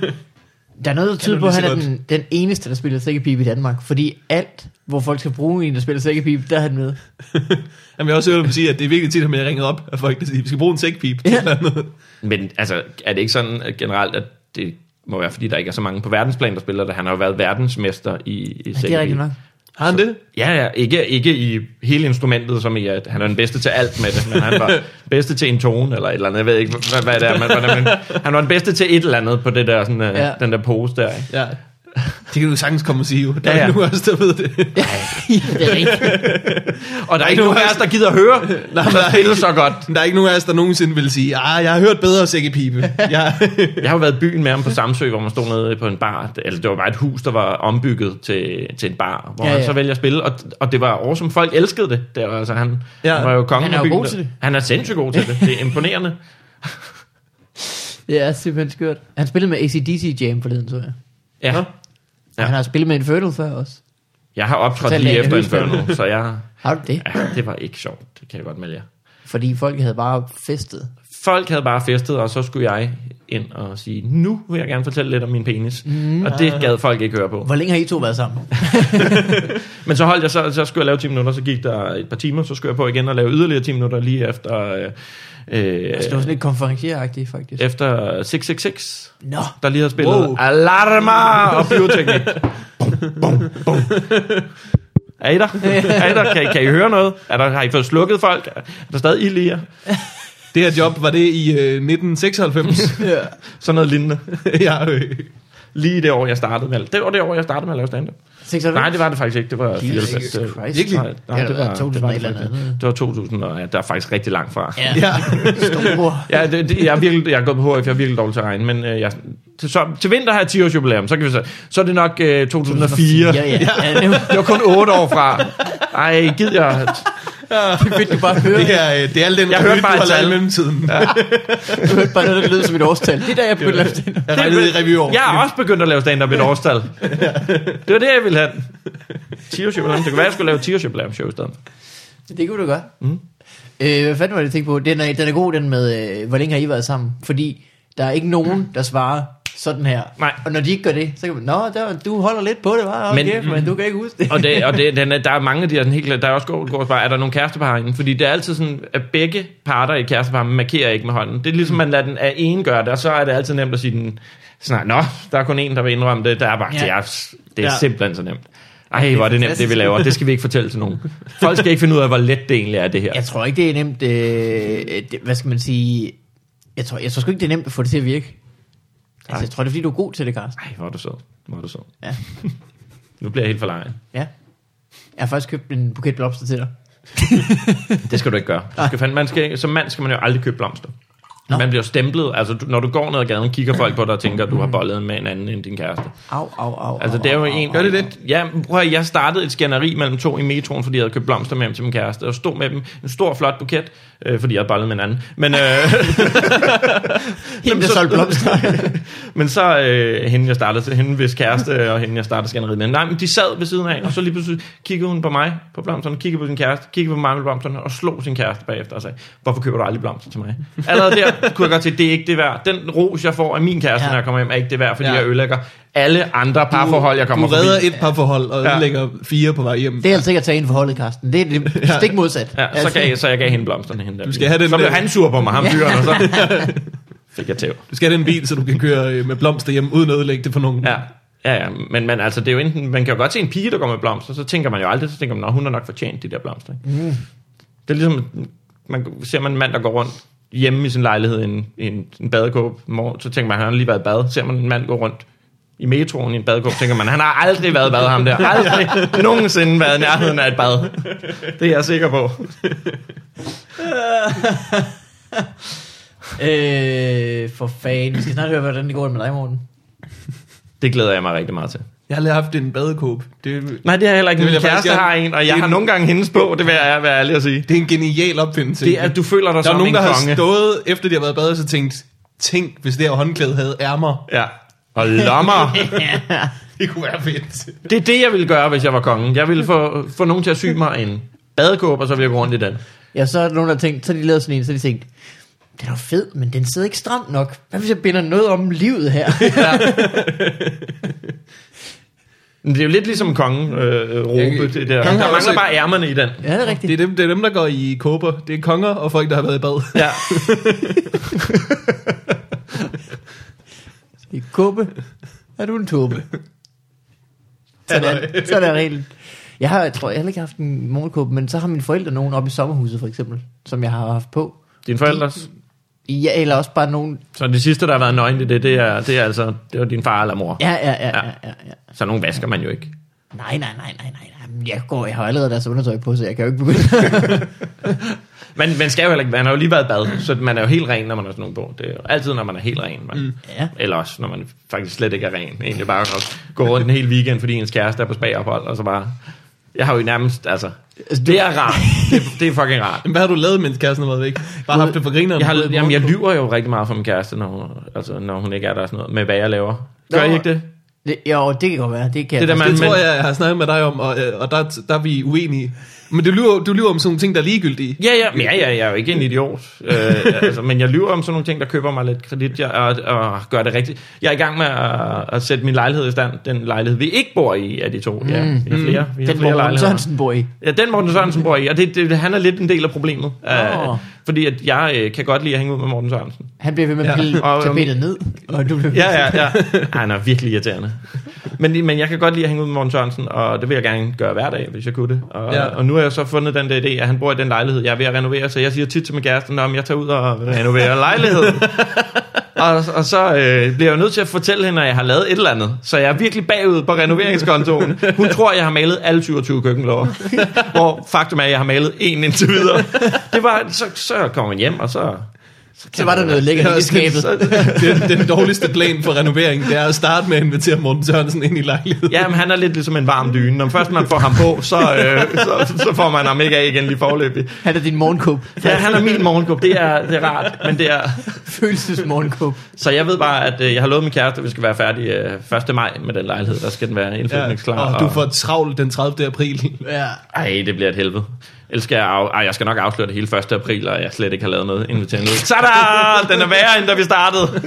Der er noget, der tyder
du
på, at han
lige
er
så
den, den eneste, der spiller sækkepipe i Danmark. Fordi alt, hvor folk skal bruge en, der spiller sækkepipe, der er han med.
Jamen, jeg har også hørt dem sige, at det er virkelig tit, at man ringer op af folk, der siger, vi skal bruge en sækpip
Ja.
til ja. eller andet.
Men altså, er det ikke sådan at generelt, at det må være, fordi der ikke er så mange på verdensplan, der spiller det? Han har jo været verdensmester i, i
Ja, det er rigtigt nok.
Har han det?
Ja, ja, ikke, ikke i hele instrumentet, som i, at han er den bedste til alt med det, men han var bedste til en tone, eller et eller andet, jeg ved ikke, hvad, hvad det er, men, hvordan man, han var den bedste til et eller andet på det der, sådan,
Ja.
ja. den der pose der. Ikke?
Ja. Det kan du sagtens komme og sige, jo. Der er
Ja, ja.
ja, ja. nogen også, der ved det.
det er rigtigt.
Og der er ikke nogen af os, der gider at høre, når han spiller så godt.
Men Der er ikke nogen af os, der nogensinde vil sige, ah, jeg har hørt bedre sækkepipe. Jeg,
Jeg har jo været i byen med ham på Samsø, hvor man stod nede på en bar. Altså, det var bare et hus, der var ombygget til, til en bar, hvor
Ja,
ja, ja.
ja.
han så vælger at spille. Og, og det var awesome. Folk elskede det. det var, altså, han,
Ja.
ja. han var jo kongen
Han er
af
jo
byen.
god til det.
Han er sindssygt god til det. Det er imponerende.
Det er simpelthen skørt. Han spillede med ACDC Jam forleden, tror jeg.
Ja.
Ja.
Ja.
Han har spillet med Inferno før også.
Jeg har optrådt
Fortæl
lige
Lene
efter
Høgsberg.
Inferno, så jeg...
Har du det?
Ja, det var ikke sjovt. Det kan jeg godt melde jer.
Fordi folk havde bare festet.
Folk havde bare festet, og så skulle jeg ind og sige, nu vil jeg gerne fortælle lidt om min penis. Mm. Og det gad folk ikke høre på.
Hvor længe har I to været sammen?
Men så holdt jeg så, så skulle jeg lave 10 minutter, så gik der et par timer, så skulle jeg på igen og lave yderligere 10 minutter lige efter... Øh, øh,
Altså, det var sådan lidt konferencieragtigt, faktisk.
efter 666,
Nå,
der lige havde spillet
Wow.
wow. Alarma og pyroteknik. Bum, bum, bum. Er I der? Er I der? Kan, I- kan I høre noget? Er der, har I fået slukket folk? Er der stadig ild i jer?
det her job, var det i øh, 1996?
Sådan noget lignende.
ja, øh.
Lige det år, jeg startede med. Det var det år, jeg startede med at lave stand-up.
600?
Nej, det var det faktisk ikke. Det var 94.
Jesus Christ.
Virkelig?
Nej, nej,
Ja,
det var
2000
det var,
et eller
det faktisk
andet.
ikke. Det var 2000, og ja, der er faktisk rigtig langt fra.
Ja,
ja.
store.
Ja, det, det, jeg, er virkelig, jeg er gået på HF, jeg er virkelig dårlig til at regne, men øh, jeg, til, så, til vinter har jeg 10 års jubilæum, så kan vi så, så er det nok øh, 2004.
Ja, ja. ja det var-
Det var kun 8 år fra. Ej, gid jeg.
det fik du bare høre.
Det, er, øh, det er alt den
Jeg
revyt,
hørte bare
du har
et
lavet i
tal.
mellemtiden. Ja.
Du hørte bare noget, der lød som et årstal. Det er der, jeg begyndte at lave
Jeg regnede i revyår.
Jeg er også begyndt at lave stand-up i et årstal. Det var det, jeg ville have. 10 års jubilæum. Det kunne være, jeg skulle lave 10 års jubilæum show i stedet.
Det kunne du gøre. Mm. Øh, hvad fanden var det, jeg tænkte på? Den er, den er god, den med, øh, hvor længe har I været sammen? Fordi der er ikke nogen, der svarer sådan her.
Nej.
Og når de ikke gør det, så kan man, Nå, der, du holder lidt på det, var men,
Men-
kæft, men du kan ikke huske det.
og det, og det, den er, der er mange af de her, sådan helt, klart- der er også går, går også bare, er der nogle kærestepar herinde? Fordi det er altid sådan, at begge parter i kærestepar markerer ikke med hånden. Det er ligesom, man lader den af en gøre det, og så er det altid nemt at sige den, sådan, nå, der er kun en, der vil indrømme det, der er bare,
Ja.
ja. det er, det er
Ja.
simpelthen så nemt. Ej, hvor er det nemt, det vi
fantastisk.
laver. Det skal vi ikke fortælle til nogen. Folk skal ikke finde ud af, hvor let det egentlig er, det her.
Jeg tror ikke, det er nemt, øh, det, hvad skal man sige... Jeg tror, jeg tror sgu ikke, det er nemt at få det til at virke. Altså,
Nej.
jeg tror, det er, fordi du er god til det, Carsten.
Ej, hvor er du så. Hvor er du så.
Ja.
Nu bliver jeg helt forlegen.
Ja. Jeg har faktisk købt en buket blomster til dig.
Det skal du ikke gøre. Du skal fandme, man skal, som mand skal man jo aldrig købe blomster.
Nå.
Man bliver stemplet. Altså, du, når du går ned ad gaden, kigger folk på dig og tænker, du har bollet med en anden end din kæreste.
Au, au, au.
Altså,
au,
det er jo
au,
en...
au.
Gør det det?
Ja, men prøv at, høre, jeg startede et skænderi mellem to i metroen, fordi jeg havde købt blomster med hjem til min kæreste, og stod med dem. En stor, flot buket, øh, fordi jeg havde bollet med en anden. Men, øh,
Hende, der
så-
solgte blomster.
men så øh, hende, jeg startede, hende hvis kæreste, og hende, jeg startede skænderiet med. Nej, men de sad ved siden af, og så lige pludselig kiggede hun på mig på blomsterne, kiggede på sin kæreste, kiggede på mig med blomsterne, og slog sin kæreste bagefter og sagde, hvorfor køber du aldrig blomster til mig? Allerede der kunne jeg godt se, det er ikke det værd. Den ros, jeg får af min kæreste,
Ja.
ja. når jeg kommer hjem, er ikke det værd, fordi
Ja.
ja. jeg ødelægger alle andre parforhold, jeg kommer
Du redder
forbi.
et parforhold, og
Ja.
ja. lægger fire på vej hjem.
det er altså ikke at tage ind for holdet, Karsten. Det er det stik modsat.
Ja, så,
Altså,
gav, så jeg gav hende blomsterne. Hende der.
Du skal have den
så blev
der-
han sur på mig, ham fyren, og så fik jeg tæv.
Du skal have den bil, så du kan køre øh, med blomster hjem, uden at ødelægge det for nogen.
Ja. Ja, ja, men, men altså, det er jo enten, man kan jo godt se en pige, der går med blomster, så tænker man jo aldrig, så tænker man, "Nå, hun har nok fortjent de der blomster. Ikke? Mm. Det er ligesom, man ser man en mand, der går rundt hjemme i sin lejlighed i en, i en, en badekåb, mor- så tænker man, han har lige været i bad. Ser man en mand gå rundt i metroen i en badekåb, tænker man, han har aldrig været i bad, ham der. Aldrig nogensinde været i nærheden af et bad. Det er jeg sikker på.
Øh, for fanden. Vi skal snart høre, hvordan det går med dig, Morten.
Det glæder jeg mig rigtig meget til.
Jeg har lige haft en badekåb. Det,
Nej, det har jeg heller ikke.
Det
Min
vil jeg faktisk
kæreste
gerne.
har en, og
Det
jeg
er
har
en-
nogle gange hendes på, det vil jeg være ærlig at sige.
det er en genial opfindelse.
Det er, at du føler dig
der
som
er nogen,
en
der
konge.
har stået, efter de har været i bad, og så tænkt, tænk, hvis det her håndklæde havde ærmer.
Ja. Og lommer.
Det kunne være fedt.
Det er det, jeg ville gøre, hvis jeg var kongen. Jeg ville få, få nogen til at sy mig en badekåb, og så ville jeg gå rundt i den.
Ja, så er der nogen, der har tænkt, så har de lavet sådan en, så har de tænkt, den er jo fed, men den sidder ikke stramt nok. Hvad hvis jeg binder noget om livet her?
Men det er jo lidt ligesom kongen, øh, Robe, det der.
Kongen har
der
også
mangler
et-
bare ærmerne i den.
ja, det er
Det er,
rigtigt.
dem, det er dem, der går i kåber. Det er konger og folk, der har været i bad.
Ja.
Det er kåbe. Er du en tåbe? Sådan, sådan er reglen. Jeg har, jeg tror, jeg har ikke haft en morgenkåbe, men så har mine forældre nogen oppe i sommerhuset, for eksempel, som jeg har haft på.
Dine forældres.
Ja, eller også bare nogen...
Så det sidste, der har været nøgen i det, det er, det er altså det var din far eller mor.
Ja, ja, ja, ja, ja. ja.
Så nogen vasker man jo ikke.
Nej, nej, nej, nej, nej, nej. Men Jeg, går, jeg har allerede deres undertøj på, så jeg kan jo ikke begynde.
Men man skal jo heller ikke, man har jo lige været i bad, så man er jo helt ren, når man har sådan nogle på. Det er jo altid, når man er helt ren. Man. Mm.
ja.
Eller også, når man faktisk slet ikke er ren. Egentlig bare at gå rundt en hel weekend, fordi ens kæreste er på spagophold, og så bare... Jeg har jo nærmest, altså... Det er rart. Det, det er fucking rart.
Jamen, hvad har du lavet, mens kæresten har været væk? Bare haft det for grineren.
Jeg, har, jamen, jeg lyver jo rigtig meget for min kæreste, når hun, altså, når hun ikke er der og sådan noget, med hvad jeg laver. Gør I ikke det?
Det, jo, det kan godt være. Det kan
Det der
jeg.
med-
Altså,
Men-
det tror jeg, jeg har snakket med dig om, og, øh, og der, der er vi uenige. Men du lyver, du lyver om sådan nogle ting, der er ligegyldige.
Ja, ja, men ja, ja, jeg er jo ikke en idiot. Øh, altså, men jeg lyver om sådan nogle ting, der køber mig lidt kredit jeg, og, og gør det rigtigt. Jeg er i gang med at, at sætte min lejlighed i stand. Den lejlighed, vi ikke bor i, af de to. Ja, vi har flere, vi har
Mm. Den,
flere
hvor
lejligheder.
Sørensen bor i.
Ja, den Morten Sørensen bor i, og det, det, han er lidt en del af problemet.
Nå.
Uh, fordi at jeg øh, kan godt lide at hænge ud med Morten Sørensen.
Han bliver ved med
Ja.
at pille
Og, øhm,
tapetet ned, og du bliver
Ja, ja, ja. Ej, han er virkelig irriterende. Men, men jeg kan godt lide at hænge ud med Morten Sørensen, og det vil jeg gerne gøre hver dag, hvis jeg kunne det. Og,
Ja.
ja. og nu har jeg så fundet den der idé, at han bor i den lejlighed, jeg er ved at renovere, så jeg siger tit til min kæreste, at jeg tager ud og renoverer lejligheden. og, og så øh, bliver jeg jo nødt til at fortælle hende, at jeg har lavet et eller andet. Så jeg er virkelig bagud på renoveringskontoen. Hun tror, jeg har malet alle 27 køkkenlover. hvor faktum er, at jeg har malet en indtil videre. Det var, så, så kommer man hjem, og så...
Så var der noget lækkert i skabet.
så,
Den, den dårligste plan for renovering, det er at starte med at invitere Morten Sørensen ind i lejligheden.
Ja, men han er lidt ligesom en varm dyne. Når først man får ham på, så, øh, så, så får man ham ikke af igen lige forløbig.
Han er din morgenkåb.
Ja, han er min morgenkåb. Det er, det er rart, men det er...
Følelses morgenkåb.
Så jeg ved bare, at øh, jeg har lovet min kæreste, at vi skal være færdige øh, 1. maj med den lejlighed. Der skal den være indflytningsklar.
og du får travlt den 30. april.
Ja.
Ej, det bliver et helvede. Ellers skal jeg, af... Ej, jeg skal nok afsløre det hele 1. april, og jeg slet ikke har lavet noget inden vi tænder. Tada! Den er værre, end da vi startede.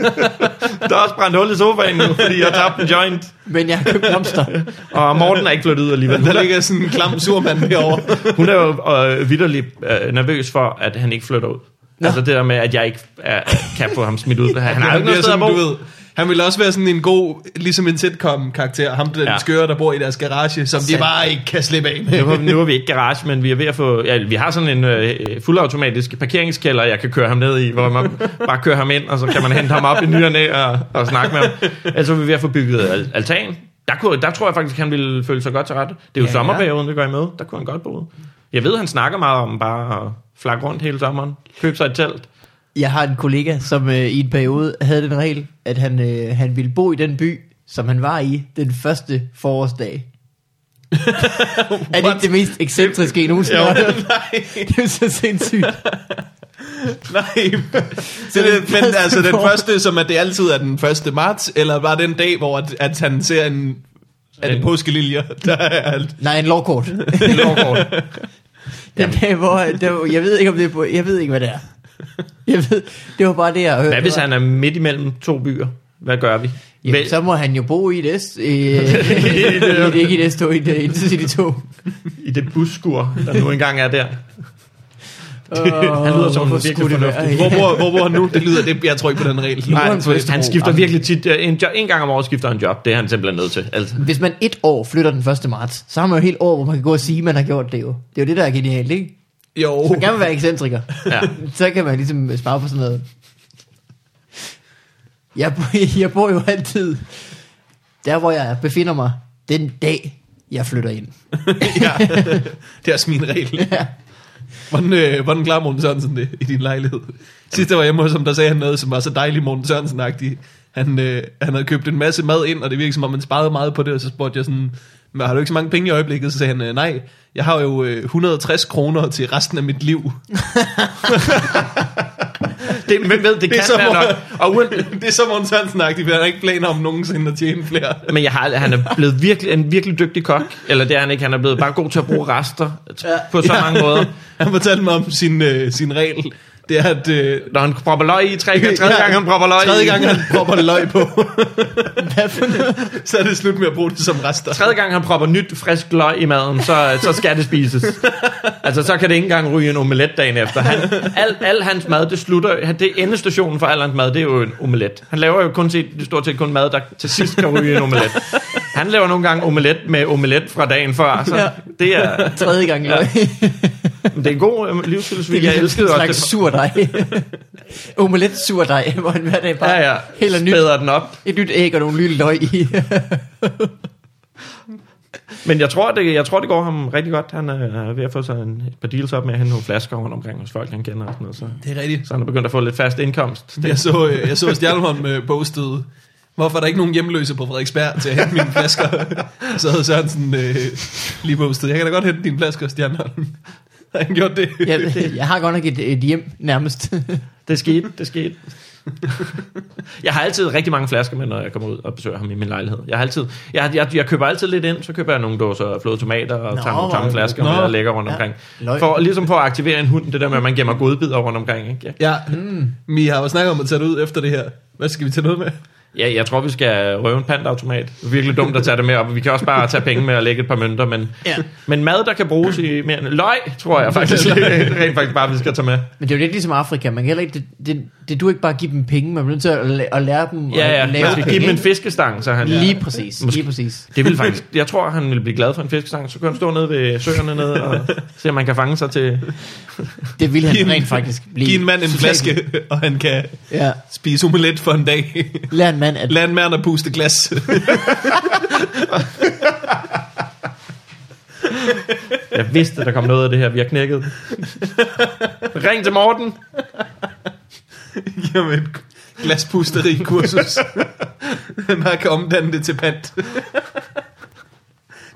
der er også brændt hul i sofaen nu, fordi jeg tabte en joint.
Men jeg har købt blomster.
Og Morten er ikke flyttet ud alligevel.
Der ligger sådan en klam surmand herovre.
Hun er jo øh, vidderligt øh, nervøs for, at han ikke flytter ud. Nå. Altså det der med, at jeg ikke er, kan få ham smidt ud. Han har jo
Han
ikke noget
bliver
sted at
sådan,
bo.
du ved, han vil også være sådan en god, ligesom en sitcom-karakter. Ham, den ja.
Ja.
skøre, der bor i deres garage, som de
Sandt.
bare ikke kan slippe af
Nu
med.
har, nu har vi ikke garage, men vi er ved at få... Ja, vi har sådan en øh, fuldautomatisk parkeringskælder, jeg kan køre ham ned i, hvor man bare kører ham ind, og så kan man hente ham op i ny og, næ og, og snakke med ham. Altså vi er ved at få bygget al- altan. Der, kunne, der tror jeg faktisk, han ville føle sig godt til rette. Det er jo
Ja,
ja, sommerperioden, vi går imod. Der kunne han godt bo. Jeg ved, han snakker meget om bare at flakke rundt hele sommeren. Købe sig et telt.
Jeg har en kollega, som øh, i en periode havde den regel, at han, øh, han ville bo i den by, som han var i den første forårsdag. er det ikke det mest ekscentriske, I nogensinde har hørt?
nej,
Det er så sindssygt.
nej. Så det, men altså den første, som at det altid er den 1. marts, eller bare den dag, hvor at, at han ser en... Er det
En-
påskeliljer? Der er alt.
Nej, en lovkort.
Det er lovkort.
Den dag, hvor, der, jeg ved ikke, om det er på, jeg ved ikke, hvad det er. Jeg ved, det var bare det, jeg hørte.
Hvad hvis han er midt imellem to byer? Hvad gør vi?
Jamen,
Vælg-
så må han jo bo i et S. Øh, i et, ikke i et S-tog, i et intercity tog.
I det busskur, der nu engang er der.
Åh,
Han lyder som en
hvorfor
virkelig
skulle det være?
fornuftig.
Hvor bor, hvor bor han nu? Det lyder, det, jeg tror ikke på den regel.
Nej,
han,
han-
Han skifter virkelig tit. øh, En, jo- en gang om året skifter han job. Det er han simpelthen nødt til. Altså.
Hvis man et år flytter den 1. marts, så har man jo et helt år, hvor man kan gå og sige, at man har gjort det jo. Det er jo det, der er genialt, ikke?
Jo.
Man kan man være ekscentriker.
Ja.
Så kan man ligesom spare på sådan noget. Jeg, bo- jeg bor jo altid der, hvor jeg befinder mig, den dag, jeg flytter ind.
ja. Det er også min regel.
Ja.
Hvordan, øh, hvordan klarer Morten Sørensen det i din lejlighed? Sidst jeg var hjemme hos ham, der sagde han noget, som var så dejligt Morten Sørensen-agtigt. Han, øh, han havde købt en masse mad ind, og det virkede som om, han sparede meget på det, og så spurgte jeg sådan, men har du ikke så mange penge i øjeblikket? Så sagde han, øh, nej, jeg har jo øh, 160 kroner til resten af mit liv.
Det, hvem ved, det,
Det er
kan
så
være
meget.
nok. Og uan,
det er så Morten Sørensen-agtigt, for han har ikke planer om nogensinde at tjene flere.
men jeg har, han er blevet virkelig, en virkelig dygtig kok. Eller det er han ikke. Han er blevet bare god til at bruge rester t- på så
Ja.
mange måder.
Han fortalte mig om sin, øh, sin regel. Det er, at... Øh,
Når han propper løg i, tre, tredje gang han propper løg
Tredje
i.
gang han propper løg på.
Hvad for noget?
så er det slut med at bruge det som rester.
Tredje gang han propper nyt frisk løg i maden, så, så skal det spises. Altså, så kan det ikke engang ryge en omelet dagen efter. Han, al, al hans mad, det slutter, han- det er endestationen for al hans mad, det er jo en omelet. Han laver jo kun set, stort set kun mad, der til sidst kan ryge en omelet. Han laver nogle gange omelet med omelet fra dagen før. Så
Ja.
det, er,
Tredje gang. Ja.
det er en god øh, livsstilsvig. Jeg elskede
også
også
ligesom slags surdej.
det.
Omelet surdej, hvor han hver dag bare
Ja, ja.
hælder nyt,
Spæder den op.
et nyt æg og nogle lille løg i.
Men jeg tror, det, jeg tror, det går ham rigtig godt. Han er ved at få sig en, et par deals op med at hente nogle flasker rundt omkring hos folk, han kender. Og sådan noget, så.
Det er rigtigt.
Så han er begyndt at få lidt fast indkomst. Det,
Jeg så, øh, jeg så Stjernholm øh, postet, hvorfor er der ikke nogen hjemløse på Frederiksberg til at hente mine flasker? så havde Sørensen øh, lige postet, jeg kan da godt hente dine flasker, Stjernholm. Har han gjort det? Ja.
jeg, jeg har godt nok et, et hjem nærmest.
det skete, det skete. jeg har altid rigtig mange flasker med, når jeg kommer ud og besøger ham i min lejlighed. Jeg, har altid, jeg, jeg, jeg køber altid lidt ind, så køber jeg nogle dåser flåede tomater og
Nå,
tager nogle tamme flasker med
nå.
og lægger rundt
Ja.
omkring.
Løg.
For, ligesom for at aktivere en hund, det der med, at man gemmer godbidder rundt omkring. Ikke? Ja.
ja. Vi har jo snakket om at tage det ud efter det her. Hvad skal vi tage noget med?
Ja, jeg tror, vi skal røve en pandautomat. Det er virkelig dumt at tage det med op. Vi kan også bare tage penge med og lægge et par mønter, men,
Ja.
men mad, der kan bruges i mere end løg, tror jeg faktisk rent faktisk bare, vi skal tage med.
Men det er jo lidt ligesom Afrika. Man kan heller ikke, det, det, det du ikke bare give dem penge, man er nødt til at, la- at lære dem
Ja, ja.
at
Man
lave
skal
penge.
give dem en
ikke?
fiskestang, så han...
Lige præcis,
Måske-
lige præcis.
Det vil faktisk... Jeg tror, han ville blive glad for en fiskestang. Så kan han stå nede ved søerne nede og se, om man kan fange sig til...
Det vil
Giv en-
han rent faktisk blive.
Giv en mand en
Totalt.
flaske, og han kan
Ja,
spise omelet for en dag.
lær en mand at...
Lad en mand at puste glas.
Jeg vidste, der kom noget af det her. Vi har knækket. Ring til Morten.
Giv ham et glaspusteri-kursus. Han bare kan omdanne det til pant.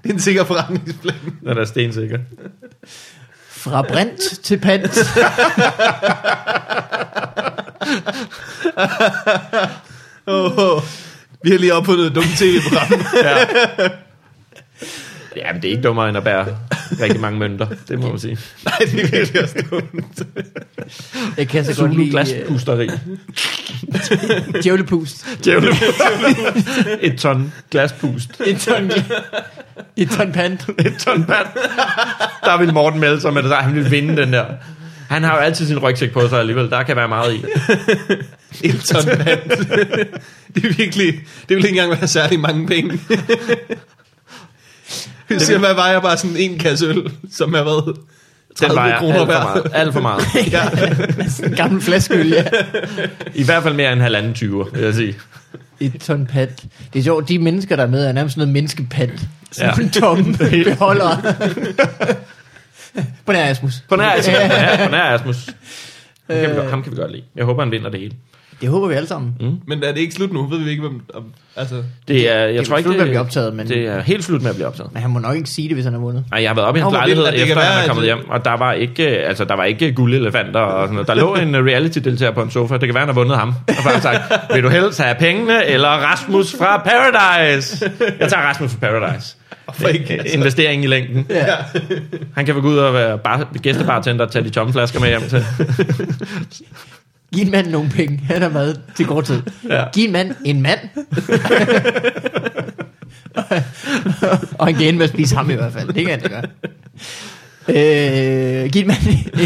Det er en sikker forretningsplan.
Den er stensikker.
Fra brint til pant.
Oh, oh. Vi har lige opfundet et dumt tv-program.
Ja. Jamen, det er ikke dummere end at bære rigtig mange mønter. Det må man sige.
Nej, det er virkelig også dumt.
Jeg kan så godt
Zulu
lide uh,
glaspusteri.
djævlepust.
Djævlepust. Et ton glaspust.
Et ton, et ton pant.
Et ton pand. Der vil Morten melde sig med det der. Han vil vinde den der. Han har jo altid sin rygsæk på sig alligevel. Der kan være meget i.
Elton Band. Det er virkelig... Det vil ikke engang være særlig mange penge. Du siger, hvad vejer bare sådan en kasse øl, som er hvad?
Den
30
vejer
kroner
alt for
hver.
meget. Alt for meget.
Ja.
En gammel flaskeøl, ja.
I hvert fald mere end halvanden 20, vil jeg sige.
Et ton pant. Det er sjovt, de mennesker, der er med, er nærmest sådan noget menneskepant. Sådan
Ja.
ja. en tomme beholder. På nær Asmus.
På nær Asmus.
Ja.
Ja, på nær Asmus. Ham kan, vi, godt-
Øh.
ham kan vi godt lide. Jeg håber, han vinder det hele.
Det håber vi alle sammen.
Men er det ikke slut nu? Ved vi ikke, hvem... Om, altså,
Det er, jeg
det er
tror ikke,
slut med
det,
at blive optaget, men-
det er helt slut med at blive optaget.
Men han må nok ikke sige det, hvis han har vundet.
Nej, jeg har været oppe i hans
Nå, hvor vildt,
lejlighed,
at det kan
efter
være,
han er
at
kommet
det-
hjem, og der var ikke, altså, der var ikke guldelefanter og sådan noget. Der lå en øh, reality-deltager på en sofa. Det kan være, han har vundet ham. Og bare sagt, vil du helst have pengene eller Rasmus fra Paradise? Jeg tager Rasmus fra Paradise.
hvorfor ikke?
Altså. Investering i længden. Ja. Han kan vel gå ud og være bar- gæstebartender og tage de tomme flasker med hjem til.
Giv en mand nogle penge. Han har været til kort tid.
Ja.
Giv en mand en mand. og han kan ende med at spise ham i hvert fald. Det kan han da gøre. Øh, giv en mand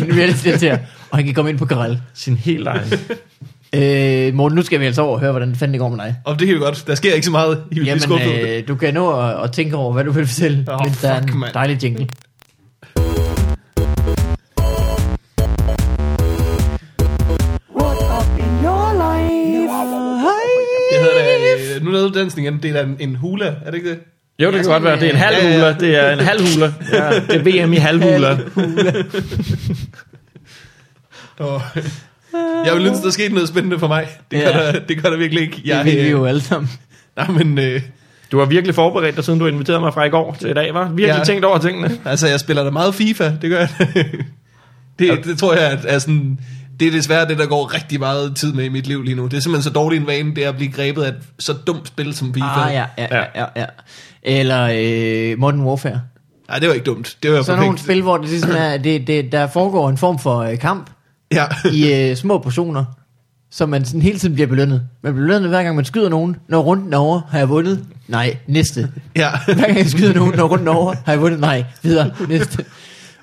en reality deltager, og han kan komme ind på Karel.
Sin helt egen.
Øh, Morten, nu skal vi altså over og høre, hvordan fanden det går med dig.
Og det kan vi godt. Der sker ikke så meget. I vil blive
Jamen,
skuffet. Øh,
øh, du kan nå at, at tænke over, hvad du vil fortælle,
Åh,
mens der er
fuck,
en
mand.
dejlig jingle.
What up in your life?
jeg hedder da, øh, nu lavede du dansen igen. Det er da en, en hula, er det ikke det?
Jo, det kan godt være. Det er en halv hula. Det er en halv hula. Ja, det er VM i halv hula.
Og, jeg ville ønske, der skete noget spændende for mig. Det gør,
Ja.
der, det gør der virkelig ikke.
Ja,
Jeg,
det vil vi
øh,
jo alle sammen.
Nej, men øh,
Du har virkelig forberedt dig, siden du inviterede mig fra i går til i dag, var? Virkelig
Ja.
ja. tænkt over tingene.
altså, jeg spiller da meget FIFA. Det gør jeg. det, det tror jeg, at, er sådan... Det er desværre det, der går rigtig meget tid med i mit liv lige nu. Det er simpelthen så dårlig en vane, det er at blive grebet af et så dumt spil som FIFA.
Ah, ja, ja, ja, ja, ja. Eller øh, Modern Warfare.
Nej, det var ikke dumt. Det var
Så er
perfekt.
nogle spil, hvor det ligesom er, det, det, der foregår en form for øh, kamp
Ja.
i øh, små portioner, som man sådan hele tiden bliver belønnet. Man bliver belønnet hver gang, man skyder nogen. Når runden er over, har jeg vundet. Nej, næste.
ja.
Hver gang jeg skyder nogen, når runden er over, har jeg vundet. Nej, videre, næste.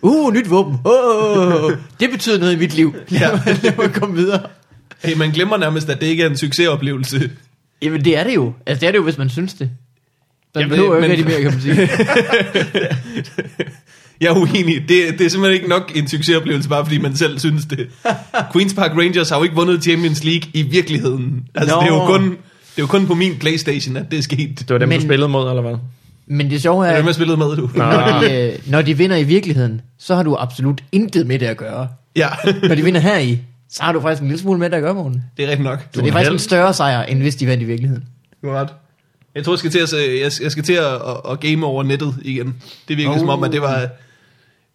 Uh, nyt våben. Oh, det betyder noget i mit liv. Lad mig, lad mig komme videre.
Hey, man glemmer nærmest, at det ikke er en succesoplevelse.
Jamen, det er det jo. Altså, det er det jo, hvis man synes det. Man
Jamen,
behøver jo ikke
men-
rigtig mere, kan man sige.
Jeg er uenig. Det, det er simpelthen ikke nok en succesoplevelse, bare fordi man selv synes det. Queen's Park Rangers har jo ikke vundet Champions League i virkeligheden. Altså,
Nå.
det, er jo kun, det er jo kun på min Playstation, at det er sket.
Det var dem, Men...
Men-
du spillede mod, eller hvad?
Men det sjove er,
Er det, man spillede med, du?
når de, øh, når de vinder i virkeligheden, så har du absolut intet med det at gøre.
Ja,
Når de vinder her i, så har du faktisk en lille smule med det at gøre, morgen.
det er rigtigt nok.
Så det er
en
faktisk
held.
en større sejr, end hvis de vandt i virkeligheden.
Du har ret. Jeg tror, jeg skal til at, se- jeg, jeg skal til at, at, at game over nettet igen. Det virker oh. som om, at det var...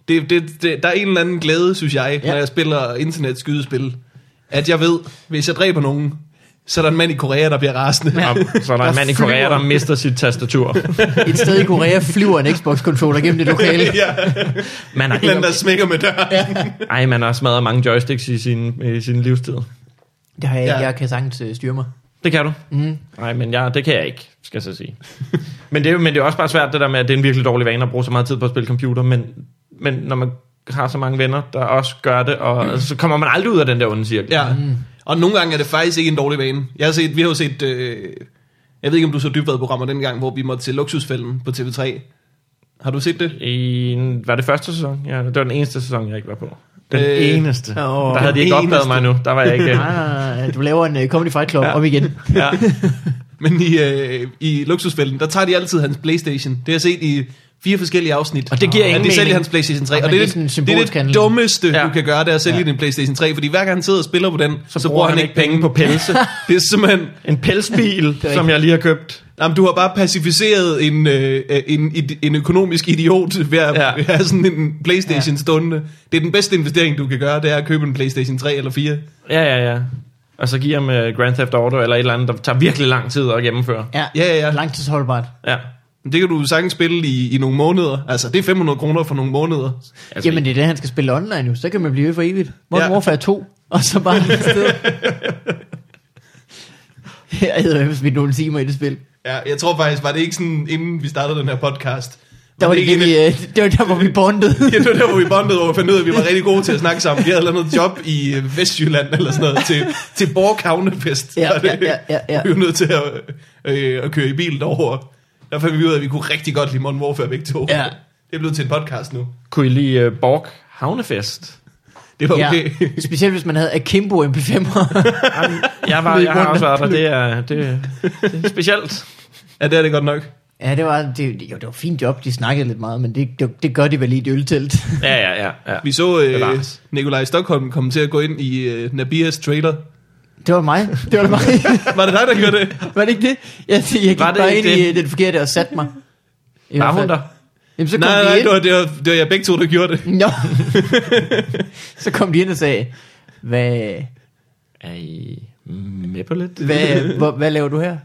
Det, det, det, der er en eller anden glæde, synes jeg, ja.
Ja.
når jeg spiller internetskydespil. At jeg ved, hvis jeg dræber nogen, så er der en mand i Korea, der bliver rasende. Ja.
Ja. Så er der
Der
en mand i
flyver.
Korea, der mister sit tastatur.
Et sted i Korea flyver en Xbox-controller gennem det lokale.
ja.
Man
En eller anden,
har,
der smækker med døren. Ja.
ej, man har smadret mange joysticks i sin, i sin livstid.
Det har jeg ikke.
Ja.
Jeg kan sagtens øh, styre mig.
Det kan du. Mm. Nej, men jeg, det kan jeg ikke, skal jeg så sige. men, det er, jo- men det er også bare svært, det der med, at det er en virkelig dårlig vane at bruge så meget tid på at spille computer, men, men når man har så mange venner, der også gør det, og altså, så kommer man aldrig ud af den der onde cirkel.
ja. Og nogle gange er det faktisk ikke en dårlig vane. Jeg har set, vi har jo set... Øh, jeg ved ikke, om du så dybvad programmer dengang, hvor vi måtte til luksusfælden på TV3. Har du set det?
I, en- var det første sæson? Ja, det var den eneste sæson, jeg ikke var på. Den
Øh,
eneste.
åh,
der havde de
den
ikke opdaget
eneste.
mig nu. Der var jeg ikke...
Nej, nej, nej. Du laver en øh, Comedy Fight Club ja. om igen.
ja.
Men i, øh, i luksusfælden, der tager de altid hans Playstation. Det har jeg set i fire forskellige afsnit.
Og det giver
at
ingen
de sælger
mening.
hans Playstation 3.
Ja,
og
men det
det,
er
er
sådan en
det, det, er
symbolsk
det
handling.
dummeste, ja.
Ja.
du kan gøre, det er at sælge ja. din Playstation 3. Fordi hver gang han sidder og spiller på den, så, så bruger han, ikke penge på.
på pelse.
Det er simpelthen...
En pelsbil,
er
som jeg lige har købt.
Jamen, du har bare pacificeret en, øh, øh, en, id- en økonomisk idiot ved at ja.
Ja.
have sådan en Playstation ja. stående. Det er den bedste investering, du kan gøre, det er at købe en Playstation 3 eller 4.
Ja, ja, ja. Og så giver ham uh, Grand Theft Auto eller et eller andet, der tager virkelig lang tid at gennemføre.
Ja,
Ja, ja, ja.
Langtidsholdbart.
Ja.
Men Det kan du sagtens spille i, i nogle måneder. Altså, det er 500 kroner for nogle måneder.
Altså,
Jamen, det er det, han skal spille online nu. Så kan man blive ved for evigt. Modern
Ja.
ja. Warfare 2, og så bare et sted. Jeg hedder jo smidt nogle timer i det spil.
Ja, jeg tror faktisk, var det ikke sådan, inden vi startede den her podcast?
Der var det,
ikke
det, vi,
en-
øh, det var der, hvor vi bondede.
Ja, det var der, hvor vi bondede over og fandt ud af, at vi var rigtig gode til at snakke sammen. Vi havde lavet noget job i øh, Vestjylland eller sådan noget til, til Borghavnefest.
Ja,
Og det-
ja, ja, ja, ja.
Vi var nødt til at, øh, at køre i bil derover. Der fandt vi ud af, at vi kunne rigtig godt lide Modern Warfare begge to.
Ja.
Det er blevet til en podcast nu.
kunne I lide uh, Borg Havnefest?
Det var okay. Ja.
Ja. Specielt hvis man havde Akimbo MP5'er.
Jeg, var, jeg har også været der. Det er, det, det er specielt.
ja, det er det godt nok.
Ja, det var, det, jo, det var et fint job, de snakkede lidt meget, men det, det, det gør de vel i et øltelt.
Ja, ja, ja. ja.
Vi så øh,
Bevares.
Nikolaj Stockholm komme til at gå ind i øh, Nabias trailer.
Det var mig. Det var det mig.
Var det dig, der gjorde det?
var det ikke det? Jeg, jeg gik
Var det
bare ind
ikke
i
det?
øh, den forkerte og satte mig. I
Var
hvert
hun
fald.
der?
Jamen, så kom
Nej,
de
nej,
ind.
det var, det, var, det var jeg begge to, der gjorde det.
Nå. så kom de ind og sagde, hvad,
Er I med på lidt?
hvad, hvor, hvad laver du her?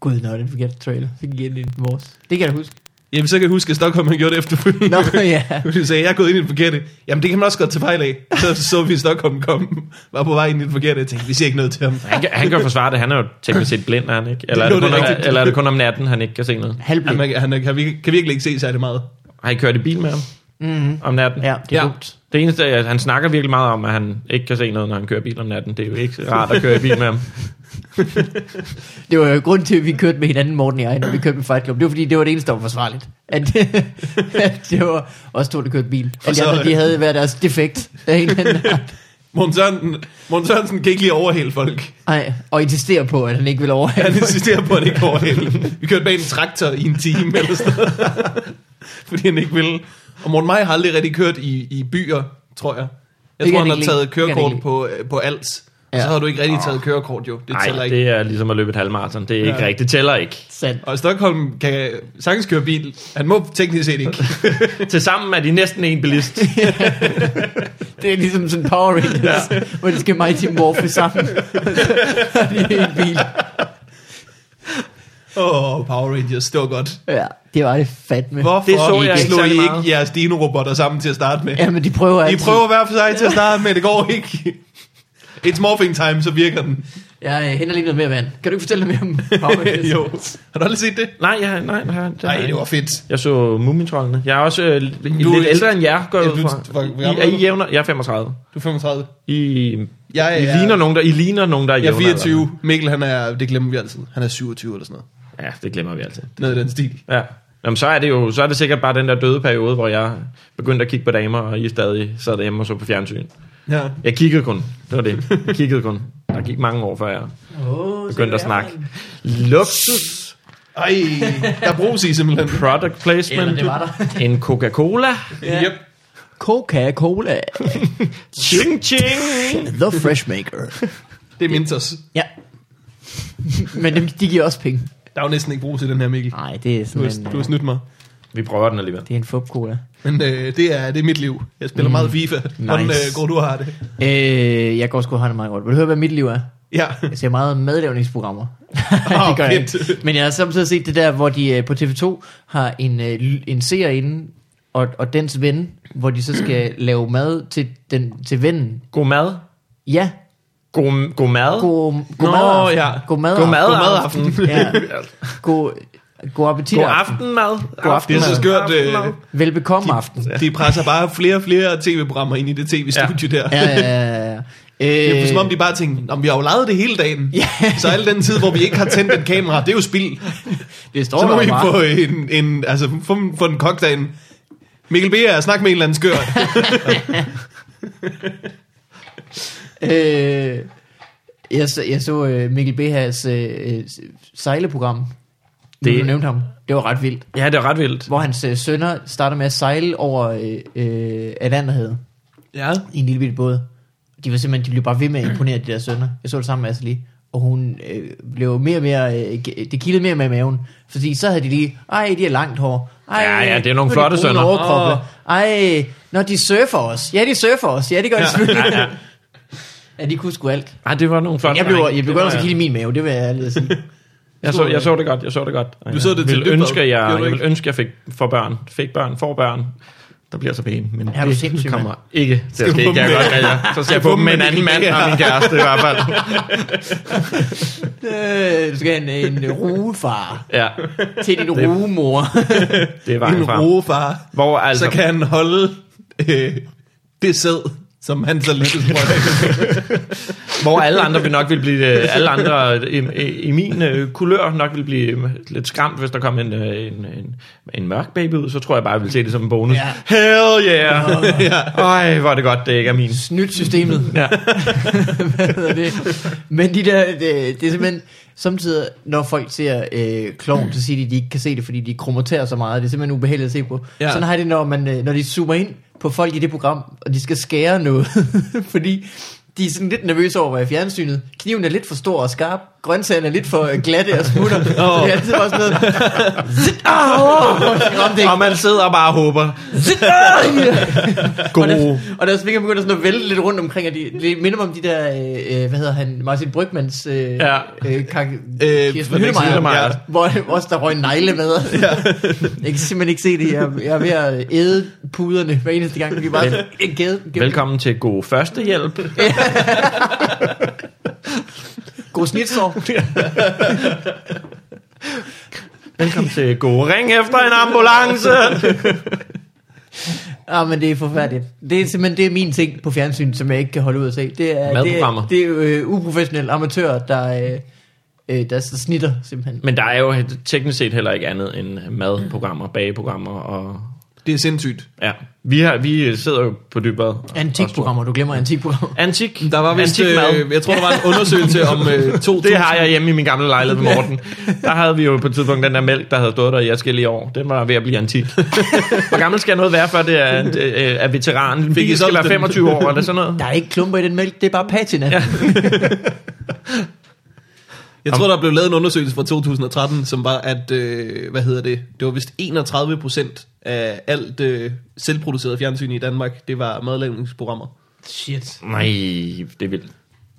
Gud, nå, den forkerte trailer. Så gik jeg ind i vores. Det kan jeg da huske.
Jamen, så kan jeg huske, at Stockholm han gjorde det efterfølgende.
Nå, ja.
Du sagde, jeg er gået ind i den forkerte. Jamen, det kan man også godt tage fejl af. Så så vi Stockholm komme, var på vej ind i den forkerte. Jeg tænkte, vi siger ikke noget til ham.
Han kan, han kan jo forsvare det. Han er jo teknisk set blind, er han ikke? Eller er
Det
det, kun
er jo det
om,
rigtigt.
eller er det kun om natten, han ikke kan se noget?
Halvblind.
Han, han, kan, vi, kan virkelig ikke se særlig meget.
Har I kørt i bil med ham
Mm-hmm.
om natten?
Ja, det er
Ja.
dumt.
Det eneste er, at han snakker virkelig meget om, at han ikke kan se noget, når han kører bil om natten. Det er jo ikke rart at køre i bil med ham.
Det var jo grund til, at vi kørte med hinanden, Morten og jeg, når vi kørte med Fight Club. Det var fordi, det var det eneste, der var forsvarligt. At, at det var os to, der kørte bil. Og de
så-
andre, de havde hver deres defekt af en eller anden. art.
Morten Sørensen, Morten Sørensen kan ikke lige overhale folk.
Ej, og insisterer på, at han ikke vil
Han
overhale.
insisterer på, at det ikke overhale. Vi kørte bag en traktor i en time eller sådan noget. Fordi han ikke ville. Og Morten Meier har aldrig rigtig kørt i, i byer, tror jeg. Jeg
Det kan
tror,
han
han har
ikke lide.
taget
Det kan han
kørekort
ikke
på, øh, på Als. Og
Ja.
så har du ikke rigtig taget kørekort, jo. Det tæller
Nej,
ikke.
det er ligesom at løbe et halvmarathon. Det er ikke
Ja.
rigtigt. Det tæller ikke.
Sand.
Og Stockholm kan sagtens køre bil. Han må teknisk set ikke.
Tilsammen er de næsten en bilist.
Det er ligesom sådan Power Rangers, ja. hvor de skal Mighty Morphe sammen. det er en bil.
Åh, oh, Power Rangers, det var godt.
Ja, det var det fandme.
Hvorfor
Det så jeg
I
ikke
slog
særlig
I
meget.
ikke jeres dino-robotter sammen til at starte med?
Ja, men de prøver
I
altid.
prøver hver for sig til at starte med, det går ikke. It's morphing time, så virker den.
Jeg øh, henter lige noget mere vand. Kan du ikke fortælle lidt mere om Power Rangers?
jo. Har du aldrig set det?
nej, ja, nej, nej.
Nej, det var fedt.
Jeg så Mumintrollene. Jeg er også øh, l-
Du er-
lidt ældre end jer, går jeg
Ja,
ud
du-
fra.
hvor- hvor gammel
I, er
er
I
du?
jævner? Jeg er 35.
Du er 35.
I,
Jeg
I
er-
ligner nogen, der, I ligner nogen, der er
Jeg er
jævnaldrende.
24. Mikkel, han er, det glemmer vi altid. Han er 27 eller sådan noget.
Ja, det glemmer vi altid.
Noget i den stil.
Ja. Jamen, så er det jo så er det sikkert bare den der døde periode, hvor jeg begyndte at kigge på damer, og I stadig sad derhjemme og så på fjernsyn.
Ja.
Jeg kiggede kun. Det var det. Jeg kiggede kun. Der gik mange år, før jeg
Oh,
begyndte at snakke. Luksus.
Ej, der bruges i simpelthen.
Product placement.
Eller det var der.
En Coca-Cola.
Ja. Yep.
Coca-Cola.
Ching, ching.
The Freshmaker.
Det er Mintos.
ja. men dem, de giver også penge.
Der er jo næsten ikke brug til den her, Mikkel.
Nej, det er
Du
sådan
har,
en...
du har
øh,
snydt mig.
Vi prøver den alligevel.
Det er en fup-cola.
Men øh, det, er, det er mit liv. Jeg spiller mm. meget FIFA. Nice. Hvordan øh, går du og har det?
Øh, jeg går sgu og har det meget godt. Vil du høre, hvad mit liv er?
Ja.
Jeg ser meget madlavningsprogrammer.
Åh,
det gør jeg
fedt.
ikke. Men jeg har samtidig set det der, hvor de øh, på TV2 har en, øh, l- en seer inde, og, og dens ven, hvor de så skal lave mad til, den, til vennen.
God mad.
Ja,
God, god mad.
god, god
Nå,
mad.
ja.
God mad.
God mad.
God madaften.
Ja. God, god appetit.
God aftenmad.
God aften.
Det er så skørt. Øh,
Aftenmad.
Velbekomme aften.
de presser bare flere og flere tv-programmer ind i det tv-studie der.
Ja, ja, ja, ja.
Det er som om
Øh,
de bare tænkte, "Nå, vi har jo lejet det hele dagen.
Ja.
Så al den tid, hvor vi ikke har tændt et kamera, det er jo spild.
det står
Så
der jo
må I
bare.
få en, en, altså, få, få en kok derinde. Mikkel Beer, snak med en eller anden skør.
Øh, jeg så, jeg så øh, Mikkel Behas øh, øh, sejleprogram. Det...
Det-
Du nævnte ham. Det var ret vildt.
Ja, det er ret vildt.
Hvor hans øh, sønner starter med at sejle over øh, øh, Atlanterhavet
ja.
i en lille bitte båd. De var simpelthen, de blev bare ved med at imponere de der sønner. Jeg så det sammen med Asli. Og hun øh, blev mere og mere, øh, ge- det kildede mere og mere i maven. Fordi så havde de lige, ej, de har langt hår. Ej,
Ja, ja, det er nogle
nu de
flotte
brune
sønner."
overkroppe.
Åh.
Ej, når de surfer os. Ja, de surfer os. Ja, det gør de selvfølgelig. Ja, ja, ja. ja, de kunne sgu alt.
Ej, det var nogle flotte
Jeg blev,
drenge.
jeg blev
Det
godt
var-
også kigge i min mave, det vil jeg ærligt sige.
Jeg så, jeg så det godt, jeg så det godt. Du
så det til
ville
Dybvad,
ønske, at
gjorde
jeg,
du
jeg
ikke?
ville ønske, at jeg fik for børn. Fik børn, får børn. Der bliver så pæne, men
Er du sindssyg,
kommer
mand?
ikke til at ske.
du
Kan
bumme
jeg
med-
godt, ja, ja. Så skal jeg
du
få dem
bumme
med en
med
anden
din
mand
kære?
og min kæreste i hvert fald.
Øh, du skal have en, en ruefar
Ja,
til din
Det-
rugemor.
det er vejen
En
frem.
roefar.
Hvor altså,
Så kan han holde øh, det sæd, som han så lykkes med.
Hvor alle andre vil nok vil blive, øh, alle andre i, i, i min øh, kulør nok vil blive øh, lidt skræmt, hvis der kom en, øh, en, en, en mørk baby ud, så tror jeg bare, jeg vil se det som en bonus.
Ja.
Ja. Hell yeah! ja. Ej, hvor er det godt, det ikke er min.
Snydt systemet.
Ja.
Hvad hedder det? Men de der, det, det er simpelthen, samtidig når folk ser øh, klovn, så siger de, at de ikke kan se det, fordi de krummerterer så meget. Det er simpelthen ubehageligt at se på. Ja.
Ja.
Sådan har jeg det, når, man, øh, når de zoomer ind på folk i det program, og de skal skære noget, fordi de er sådan lidt nervøse over, hvad er i fjernsynet. Kniven er lidt for stor og skarp. Grøntsagerne er lidt for øh, glatte og smutter. Oh. Så det er altid bare sådan noget. Zit, ah, åh, jeg skal ramme det ikke.
Og man sidder og bare håber.
Zit, ah, ja. Og der,
God.
og deres fingre begynder sådan at vælte lidt rundt omkring, og de, det minder mig om de der, øh, øh, hvad hedder han, Martin Brygmans øh, ja.
Ja.
øh, kak, øh, Kirsten
Øh, Felix
Hyllemeier,
Hyllemeier.
ja. hvor også der røg en negle med. Ja. jeg kan simpelthen ikke se det, jeg, jeg er ved at æde puderne hver eneste gang, vi er bare Vel, gæde,
Velkommen til god førstehjælp.
God snitsår.
Velkommen til god ring efter en ambulance.
Ah, men det er forfærdeligt. Det er simpelthen det er min ting på fjernsyn, som jeg ikke kan holde ud at se. Det er, det er,
Madprogrammer.
det er øh, uprofessionelle amatører, der, øh, øh, der snitter simpelthen.
Men der er jo teknisk set heller ikke andet end madprogrammer, bageprogrammer og...
Det er sindssygt.
Ja, vi, har, vi sidder jo på dybere.
Antikprogrammer, du glemmer antikprogrammer.
Antik.
Der var vist,
antik mad.
øh, jeg tror, der var en undersøgelse om øh, to...
Det har jeg hjemme i min gamle lejlighed med Morten. Der havde vi jo på et tidspunkt den der mælk, der havde stået der i forskellige år. Den var ved at blive antik. Hvor gammel skal noget være, før det er, øh, er veteran? En
I
bil skal
solgt
være
den?
25 år, eller sådan noget.
Der er ikke klumper i den mælk, det er bare patina. Ja.
Jeg tror, der blev lavet en undersøgelse fra 2013, som var, at, øh, hvad hedder det, det var vist 31 procent af alt øh, selvproduceret fjernsyn i Danmark, det var madlavningsprogrammer.
Shit.
Nej, det er vildt.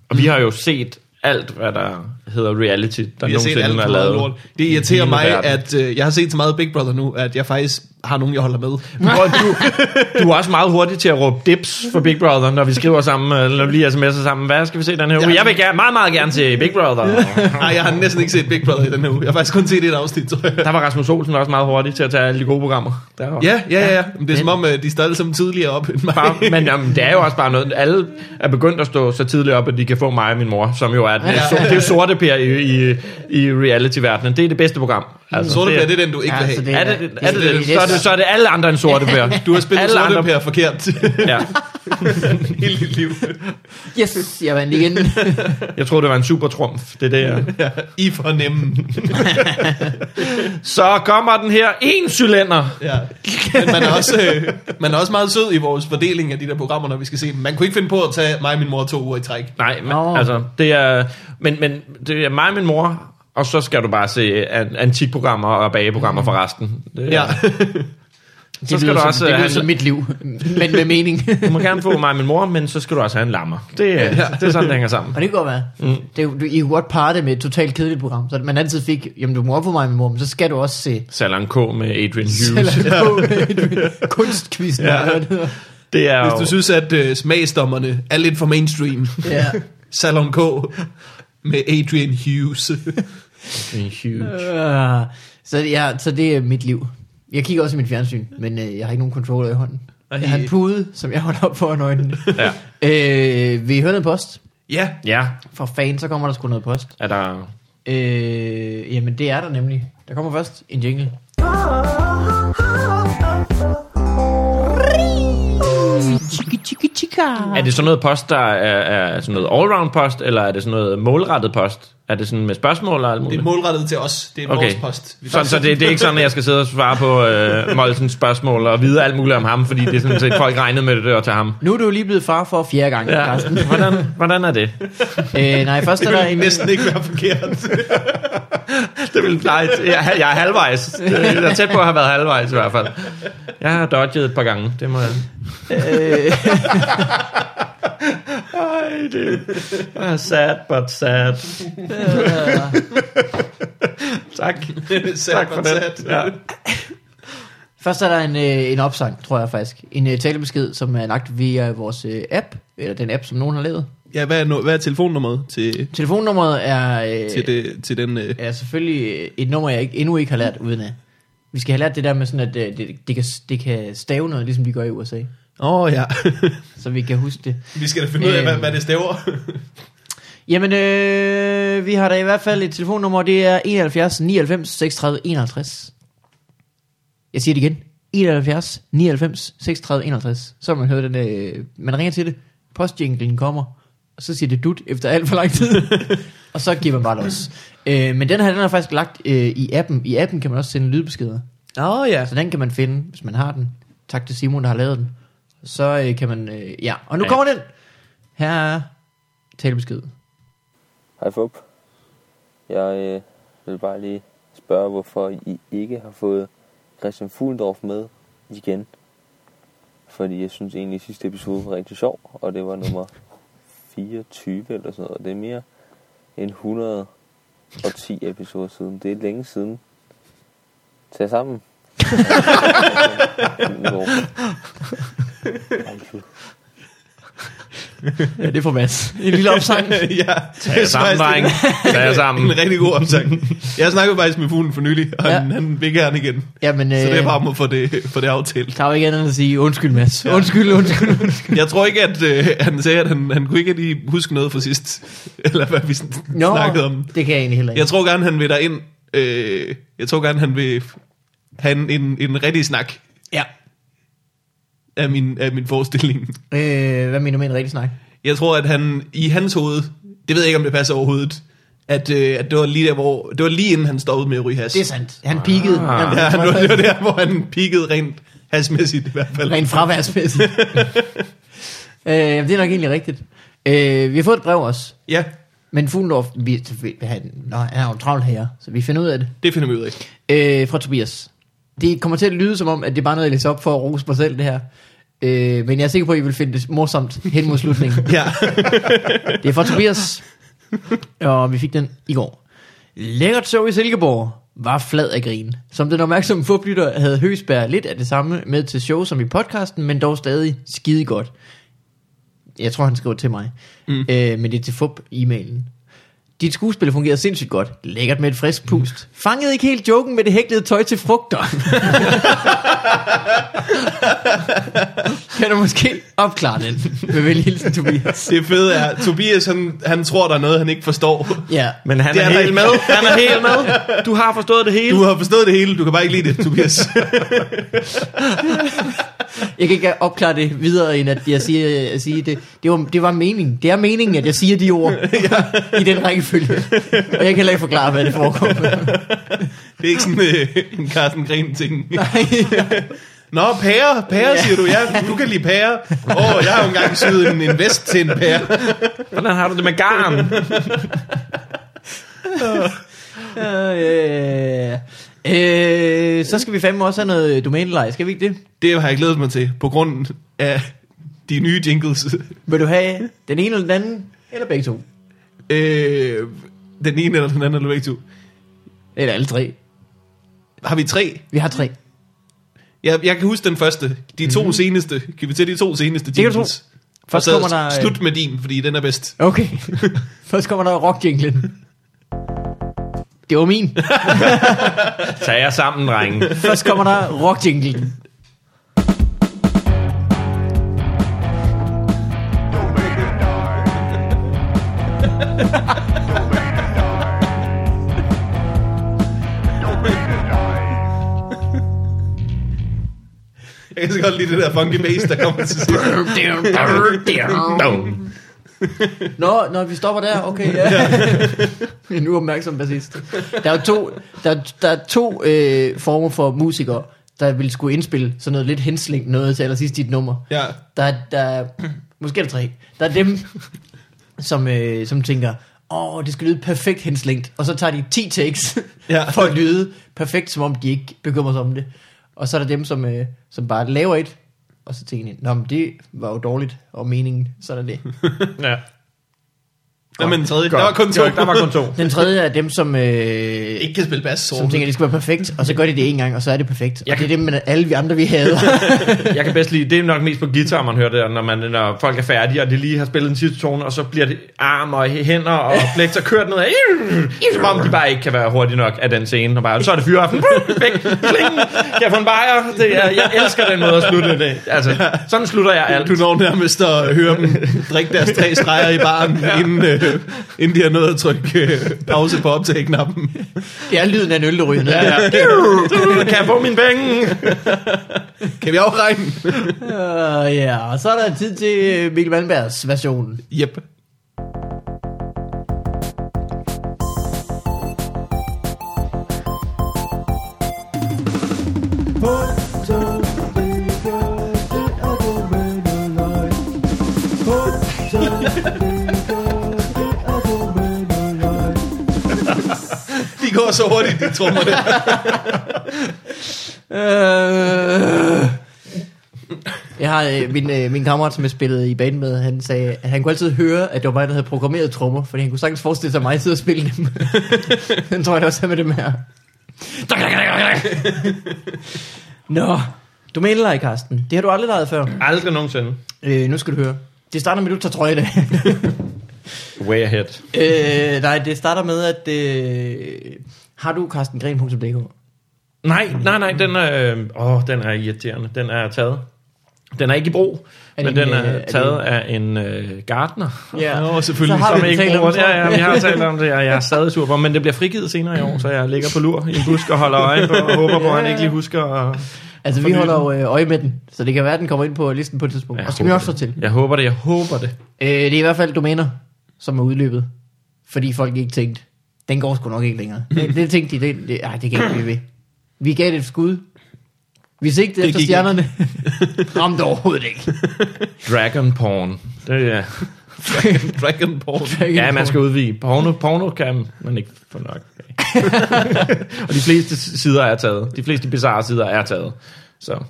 Og vi har jo set alt, hvad der hedder reality, der
Vi har set
nogensinde
alt
er
for meget
lavet.
lort. Det irriterer
hele
mig,
verden.
at øh, jeg har set så meget Big Brother nu, at jeg faktisk har nogen, jeg holder med.
Hvor du, du er også meget hurtig til at råbe dips for Big Brother, når vi skriver sammen, øh, eller lige sms'er sammen. Hvad skal vi se den her uge? Jeg vil gerne, meget, meget gerne se Big Brother.
Nej, jeg har næsten ikke set Big Brother i den her uge. Jeg har faktisk kun set et afsnit, tror jeg.
Der var Rasmus Olsen også meget hurtig til at tage alle de gode programmer. Der var-
Ja, ja, ja. ja. Men Det er som om, øh, de startede som tidligere op end mig.
Bare, men jamen, det er jo også bare noget, alle er begyndt at stå så tidligt op, at de kan få mig og min mor, som jo er, den, ja. det er jo sorte per i, i, i reality-verdenen. Det er det bedste program. Altså,
Sorte Per,
det,
det er den, du ikke
Ja,
vil
så
have.
det-
er det, er det,
det-
det, så, er det, så er det alle andre end sorte per.
Du har spillet
Alle
Sorte
andre-
Per forkert
Ja.
hele dit liv.
Yes, jeg vandt igen.
Jeg tror det var en super trumf. Det er det, jeg...
Ja, I er for nemme.
Så kommer den her en cylinder.
Ja. Men man er, også, øh, man er også meget sød i vores fordeling af de der programmer, når vi skal se dem. Man kunne ikke finde på at tage mig og min mor to uger i træk.
Nej, men,
Nå.
altså, det er, men, men det er mig og min mor, og så skal du bare se an, antikprogrammer og bageprogrammer for resten. Det, er-
Ja.
Så skal du også
det lyder
have
som
en,
mit liv, men med mening.
du må gerne få mig og min mor, men så skal du også have en lammer. Det, ja. det er sådan, det hænger sammen.
Og det kan godt være. Mm. Det, er jo- du, I kunne godt parre det med et totalt kedeligt program, så at man altid fik, jamen du må op for mig, min mor, men så skal du også se
Salon K med Adrian Hughes.
ja. kunstquizzen. Ja.
Det er
Hvis
jo,
du synes, at øh, smagsdommerne er lidt for mainstream,
ja.
Salon K med Adrian Hughes.
Adrian Hughes.
Øh, Så, ja, så det er mit liv. Jeg kigger også i mit fjernsyn, men øh, jeg har ikke nogen controller i hånden.
Ej.
Jeg har en pude, som jeg holder op foran øjnene.
Ja.
øh, vi hører noget post.
Ja,
ja,
For fan, så kommer der sgu noget post.
er der...
Øh, jamen det er der nemlig. Der kommer først en jingle.
Ah, ah.
Er det sådan noget post, der er, er sådan noget allround post, eller er det sådan noget målrettet post? Er det sådan med spørgsmål og alt
det
muligt?
er målrettet til os. Det er okay. vores post. Vi
Sådan, så det, det er ikke sådan, at jeg skal sidde og svare på øh, Molsens spørgsmål og vide alt muligt om ham, fordi det er sådan set, folk regnede med det der til ham.
Nu er du jo lige blevet far for fjerde gang, ja.
Ja.
Carsten.
Hvordan, hvordan er det?
øh, nej, først er der
det
en...
vil næsten ikke være forkert.
Det vil pleje til. Jeg, jeg er halvvejs. Jeg er tæt på at have været halvvejs i hvert fald. Jeg har dodget et par gange. Det må jeg...
Øh,
Ej, det er sad, but sad. tak.
Sat
tak for
og
det.
sat.
Ja.
først er der en, øh, en opsang, tror jeg faktisk. En øh, talebesked, som er lagt via vores øh, app, eller den app, som nogen har lavet.
Ja, hvad er, nu- hvad er telefonnummeret til,
Telefonnummeret er, øh,
til, det, til den... Øh,
er selvfølgelig et nummer, jeg ikke, endnu ikke har lært uden af. Vi skal have lært det der med sådan, at øh, det, det, kan, det kan stave noget, ligesom de gør i USA.
Åh oh, ja.
så vi kan huske det.
vi skal da finde ud af, hvad,
Øhm.
hvad det stæver.
Jamen, øh, vi har da i hvert fald et telefonnummer, det er 71 99 36 51. Jeg siger det igen. 71 99 36 51. Så har man hørt den, øh, man ringer til det, postjinglen kommer, og så siger det dut efter alt for lang tid. og så giver man bare los. Øh, men den her, den er faktisk lagt øh, i appen. I appen kan man også sende lydbeskeder.
Åh oh, ja.
Så den kan man finde, hvis man har den. Tak til Simon, der har lavet den. Så øh, kan man, øh, ja. Og nu
Ja.
kommer den. Her er talebeskeden.
Hej Fup. Jeg øh, vil bare lige spørge, hvorfor I ikke har fået Christian Fuglendorf med igen. Fordi jeg synes egentlig, at sidste episode var rigtig sjov, og det var nummer 24 eller sådan noget. Og det er mere end 110 episoder siden. Det er længe siden. Tag sammen. Fuglendorf. Thank you.
Ja, det er for Mads. En lille opsang.
ja.
Tag jer sammen, dreng. Tag jer sammen.
En rigtig god opsang. Jeg snakkede faktisk med fuglen for nylig, og
Ja.
ja. han, han vil gerne igen.
Jamen, øh,
Så det er bare om at få det, få det aftalt.
Der er jo ikke andet end at sige, undskyld Mads. Undskyld, undskyld, undskyld.
Jeg tror ikke, at øh, han sagde, at han, han kunne ikke lige huske noget fra sidst. Eller hvad vi sådan snakkede om.
det kan jeg egentlig heller ikke.
Jeg tror gerne, han vil derind. Øh, jeg tror gerne, han vil have en, en, en rigtig snak
Ja.
af min, af min forestilling.
Øh, hvad mener du med en rigtig snak?
Jeg tror, at han i hans hoved, det ved jeg ikke, om det passer overhovedet, at, øh, at det var lige der, hvor, det var lige inden han stoppede med at ryge has.
Det er sandt. Han peakede.
Ah.
Han,
Ja, han, var- det var der, hvor han peakede rent hasmæssigt i hvert fald.
Rent fraværsmæssigt. øh, jamen, det er nok egentlig rigtigt. Øh, vi har fået et brev også.
Ja,
Men Fuglendorf, vi, vi, han, nå, han er jo en travl herre, så vi finder ud af det.
det finder vi ud af.
øh, fra Tobias. Det kommer til at lyde som om, at det er bare noget, jeg læser op for at rose mig selv, det her. Øh, men jeg er sikker på, at I vil finde det morsomt hen mod slutningen.
Ja.
det er fra Tobias, og vi fik den i går. Lækkert show i Silkeborg var flad af grin. Som den opmærksomme fublytter havde Høsberg lidt af det samme med til show som i podcasten, men dog stadig skide godt. Jeg tror, han skrev til mig. Mm. Øh, men det er til fup e-mailen. Dit skuespil fungerede sindssygt godt. Lækkert med et frisk pust. Mm. Fangede ikke helt joken med det hæklede tøj til frugter. kan du måske opklare den? Med vel hilsen, Tobias.
Det fede er, Tobias, han, han tror, der er noget, han ikke forstår.
Ja.
Men han
Det
er,
er der
helt
ikke.
med. Han er helt med. Du har forstået det hele.
Du har forstået det hele, du kan bare ikke lide det, Tobias.
Jeg kan ikke opklare det videre, end at jeg siger, jeg siger det. Det var, det var meningen. Det er meningen, at jeg siger de ord i den rækkefølge. Og jeg kan heller ikke forklare, hvad det foregår.
Det er ikke sådan øh, en Carsten Gren ting.
Nej.
Nå, pære, pære siger du, ja, du kan lide pære. Åh, oh, jeg har jo engang syet en, en vest til en pære.
Hvordan har du det med garn?
Øh, øh, så skal vi fandme også have noget domæneleje, skal vi ikke det?
Det har jeg glædet mig til, på grund af de nye jingles.
Vil du have den ene eller den anden, eller begge to?
Øh, den ene eller den anden, eller begge to.
Eller alle tre.
Har vi tre?
Vi har tre. Det
Jeg, jeg kan huske den første. De to
Mhm.
mm-hmm. seneste. Kan vi tage de to seneste
kan du tro.
jingles? Og
Først
så
kommer der... øh,
slut med din, fordi den er bedst.
Okay. Først kommer der rockjinglen. Det var min.
Tag jer sammen, drenge.
Først kommer der rockjinglen.
Jeg kan så godt lide det der funky bass, der kommer til sidst.
Dum.
Nå, når vi stopper der, okay, ja. Jeg er nu opmærksom bassist. Der er jo to, der, er- der er to øh, former for musikere, der ville skulle indspille sådan noget lidt henslængt noget til allersidst i et nummer.
Ja.
Der, er- der, er- måske er der tre. Der er dem, som, øh, som tænker, åh, det skal lyde perfekt henslængt. Og så tager de 10 takes ja.
Ja.
for at lyde perfekt, som om de ikke bekymrer sig om det. Og så er der dem, som, øh, som bare laver et, og så tænker de, nå, men det var jo dårligt, og meningen, sådan er det.
Ja.
Hvad med den tredje?
Godt.
Der var kun to.
Godt, Der var kun to.
Den tredje er dem, som, øh,
Ikke kan spille bas, så
som tænker, at det skal være perfekt, og så gør de det en gang, og så er det perfekt.
Jeg
Og det er det, men alle vi andre, vi havde.
Jeg kan bedst lide, det er nok mest på guitar, man hører det, når, man, når folk er færdige, og de lige har spillet den sidste tone, og så bliver det arm og hænder og flekser kørt ned af, som om de bare ikke kan være hurtige nok af den scene, og bare, så er det fyreaften, væk, kling, kan jeg få en bajer, det er, jeg elsker den måde at slutte det, altså, sådan slutter jeg alt.
Du når nærmest at høre dem drikke deres tre streger i baren, ja. inden, øh, inden de har nået at trykke øh, pause på optag-knappen.
det er lyden af en øl, der ryger ned.
Ja, ja. Kan jeg få mine penge?
Kan vi afregne?
Uh, ja, og så er der tid til øh, Mikkel Malmbergs version.
Jep. De går så hurtigt, de trummer det.
Øh. Jeg har øh, min, øh, min kammerat, som jeg spillede i band med, han sagde, at han kunne altid høre, at det var mig, der havde programmeret trommer, fordi han kunne sagtens forestille sig mig sidde og spille dem. Den tror jeg da også er med dem her. Nå, du mener dig, Karsten. Det har du aldrig lejet før.
Aldrig nogensinde.
Øh, nu skal du høre. Det starter med, at du tager trøjen af.
Way ahead.
øh, nej, det starter med, at... Øh, har du karstengren.dk?
Nej, nej, nej, den er, øh, åh, den er irriterende. Den er taget. Den er ikke i brug,
Er det
men
en,
den
øh, er
er
det
taget af en øh, gartner.
Ja.
Nå, selvfølgelig.
Så har
som
vi
ikke
talt om
bruger
det.
Ja, ja, vi har talt om det, og jeg er stadig sur på ham, men det bliver frigivet senere i år, så jeg ligger på lur i en busk og holder øje på, og håber på, at han ikke lige husker. Og
Altså, vi
forny
holder jo øh, øje med den, så det kan være, at den kommer ind på listen på et tidspunkt.
Ja,
og så kan vi
håber
også få til.
jeg håber det, jeg håber det.
Øh, det er i hvert fald domæner, som er udløbet, fordi folk ikke tænkte, den går sgu nok ikke længere. det, det tænkte de, det, det, ej, det kan ikke blive ved. Vi gav det et skud. Vi sigtede det efter
gik
stjernerne. Ramte overhovedet ikke.
Dragon porn. Det er,
Dragon Ball.
ja, man skal udvide. Porno, porno kan man ikke få nok. af. og de fleste sider er taget. De fleste bizarre sider er taget. Så.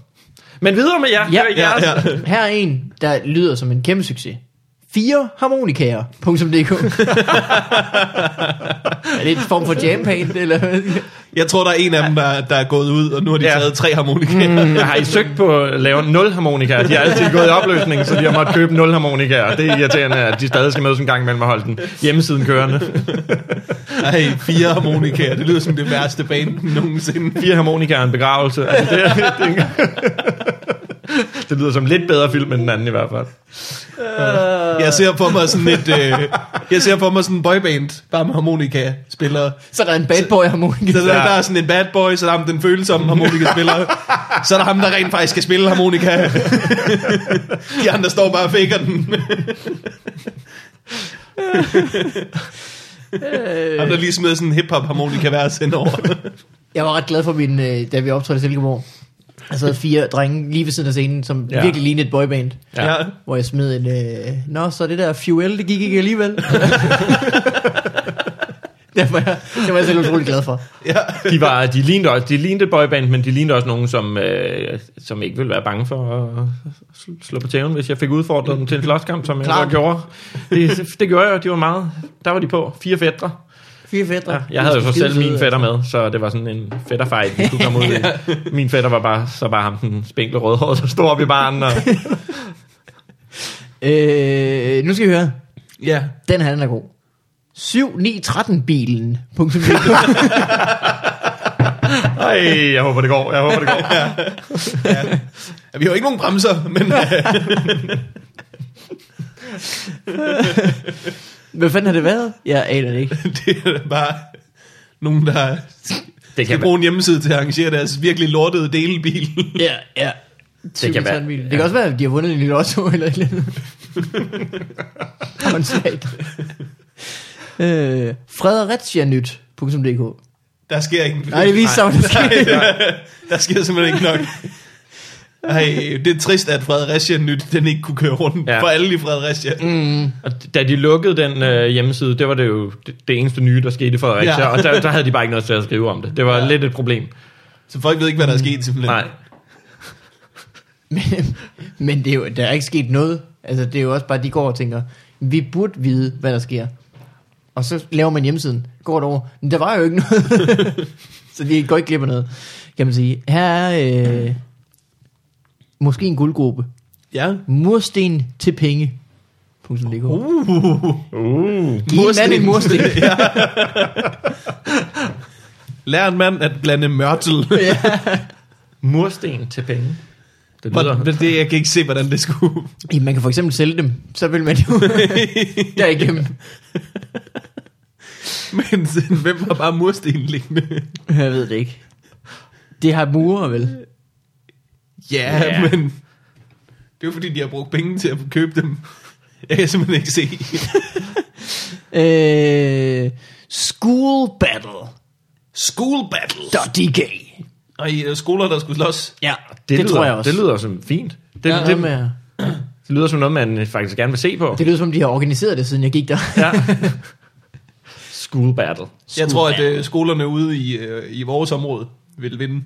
Men videre med jer.
Ja,
Hør
Ja,
jeres.
ja.
Her er en, der lyder som en kæmpe succes. 4 harmonikager.dk Er det en form for jampant, eller hvad?
Jeg tror, der er en af dem, der, der er gået ud, og nu har de
Ja.
taget tre harmonikaer.
Mm, har I søgt på at lave nul harmonikaer? De har altid gået i opløsning, så de har måttet købe nul harmonikaer. Det er irriterende, at de stadig skal mødes en gang imellem og holde den hjemmesiden kørende.
Ej, fire harmonikaer. Det lyder som det værste band nogensinde.
Fire harmonikaer og en begravelse. Altså, det, er, det, er, det lyder som lidt bedre film end den anden i hvert fald.
Jeg ser på mig sådan et... Øh, jeg ser på mig sådan en boyband, bare med harmonika spillere.
Så er der en bad boy harmonika.
Så der, der er sådan en bad boy, så er der ham den følsomme harmonikaspiller. Så er der ham, der rent faktisk skal spille harmonika. De andre står bare og faker den. Ham, der lige smider sådan en hip-hop harmonika-vers indover.
Jeg var ret glad for min, øh, da vi optrådte i Silkeborg. Der sad fire drenge lige ved siden af scenen, som ja.
Ja.
virkelig lignede et boyband.
Ja.
Hvor jeg smed en, øh, nå, så det der fuel, det gik ikke alligevel. det, var jeg, det var jeg selv utrolig glad for.
ja.
De, var, de, lignede også, de lignede et boyband, men de lignede også nogen, som, øh, som ikke ville være bange for at sl- slå på tæven, hvis jeg fik udfordret dem til en slåskamp, som jeg
Klart.
godt gjorde. Det, det gjorde jeg, de var meget. Der var de på. Fire fætter.
Fire fætter.
Ja, jeg havde jo så
Skide
selv min
fede,
fætter med, så det var sådan en fætterfejl, vi skulle komme ud i. Min fætter var bare, så bare ham den spinkle rødhårede, der stod op i baren. Og,
Øh, nu skal vi høre.
ja.
Den her, den er god. 7913-bilen.
Ej, jeg håber det går, jeg håber det går.
Vi har jo ikke nogen bremser, men...
Hvad fanden har det været? Jeg aner det ikke.
det er bare nogen, der
Det
skal
kan,
bruge
være,
en hjemmeside til at arrangere deres virkelig lortede delebil.
Ja, ja.
Det kan være-
713 bilen. Det kan også være, at de har vundet en lille Otto eller et eller andet. Håndsvagt. øh, Fredericia-nyt.dk
Der sker ikke
Nej, det viser sig, hvad der sker.
Der sker simpelthen ikke nok. Ej, det er trist, at Fredericia nyt, den ikke kunne køre rundt ja.
Ja.
for alle i Fredericia. Mm.
og da de lukkede den øh, hjemmeside, det var det jo det, det eneste nye, der skete i Fredericia,
Ja.
ja. og der, der havde de bare ikke noget til at skrive om det. Det var ja. lidt et problem.
Så folk ved ikke, hvad der er sket simpelthen.
Nej.
Men, men det er jo, der er ikke sket noget. Altså, det er jo også bare, de går og tænker, vi burde vide, hvad der sker. Og så laver man hjemmesiden, går det over. Men der var jo ikke noget. så vi går ikke glip af noget, kan man sige. Her er øh, måske en guldgruppe.
Ja.
Mursten til penge. .dk. Uh,
Uh.
Giv en mand en mursten.
Lær en mand at blande mørtel.
Mursten til penge. Det lyder...
Men det, jeg kan ikke se, hvordan det skulle.
Jamen, man kan for eksempel sælge dem. Så vil man jo derigennem.
Men hvem har bare mursten liggende?
Jeg ved det ikke. Det har murer vel?
Ja,
Ja.
men det er jo fordi, de har brugt penge til at købe dem. Jeg kan simpelthen ikke se.
Øh, schoolbattle.dk
School battle. Og i øh, skoler, der skulle slås.
Ja,
det,
det, det
lyder,
tror jeg også.
Det lyder som fint. Det,
det,
ja, det, det,
med,
det lyder som noget, man faktisk gerne vil se på.
øh, det lyder som, de har organiseret det, siden jeg gik der.
Ja. School battle.
Jeg tror, at øh, skolerne ude i, øh, i vores område vil vinde.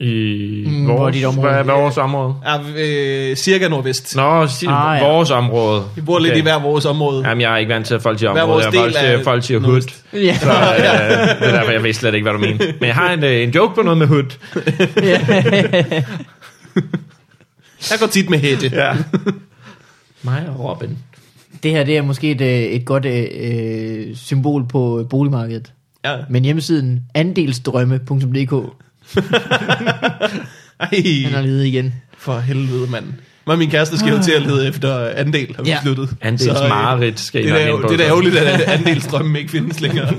I
Mm,
mm,
hvor er
vores,
dit
hvor
område?
område. Hvad, hvad er vores område?
Ja, øh, cirka nordvest.
Nå, sig,
Ah,
ah,
ja.
ja. vores område.
Vi bor lidt i hver vores område.
Jamen, jeg er ikke vant til at folk siger
Hver
område.
vores
Jeg er vant
del
til,
af
at folk siger hood.
Nordvest.
Så
ja.
øh, det er derfor, jeg vidste slet ikke, hvad du mente. Men jeg har en, øh, en joke på noget med hood.
Jeg går tit med hætte.
Ja. Mig og Robin.
Det her det er måske et, øh, et godt øh, øh, symbol på øh, boligmarkedet.
Ja.
Men hjemmesiden andelsdrømme.dk, han har
Ej,
ledet igen.
for helvede, mand. Mig og min kæreste skal jo til at lede efter andel, har vi
Ja.
ja. besluttet.
Andels
Så, øh,
Marit skal
Det
ind
er,
og
da-
ind på.
det er da ærgerligt, at andelsdrømmen ikke findes længere.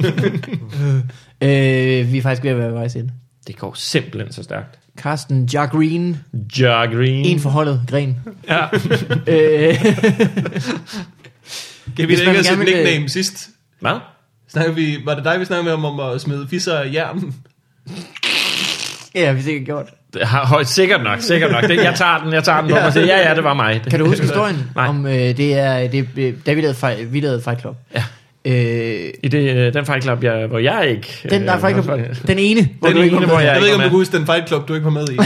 Øh, vi er faktisk ved at være ved vejs ende.
Det går simpelthen så stærkt.
Carsten Jagreen,
Ja, Green.
en for holdet, Gren.
Ja.
øh,
Kan vi
Hvis
da
man
ikke også et
gerne vil-
nickname sidst?
Hvad?
Snakker vi, var det dig, vi snakkede med om, om at smide fisser af jern?
ja, hvis ikke gjort.
Det har, højt, sikkert nok, sikkert nok. Det, jeg tager den, jeg tager den på mig og siger, ja, ja, det var mig.
Kan du huske historien
Nej.
om, øh, det er, det, øh, da vi lavede, Fight- vi lavede Fight Club?
Ja.
Øh,
I det, øh, den Fight Club, jeg, hvor jeg ikke...
den, der er
øh,
Fight Club, den ene, hvor
Den
du ikke
ene,
var
hvor
med.
jeg
Jeg, jeg ved
ikke
ikke,
var
om du
med.
kan huske den fight club, du ikke var med i.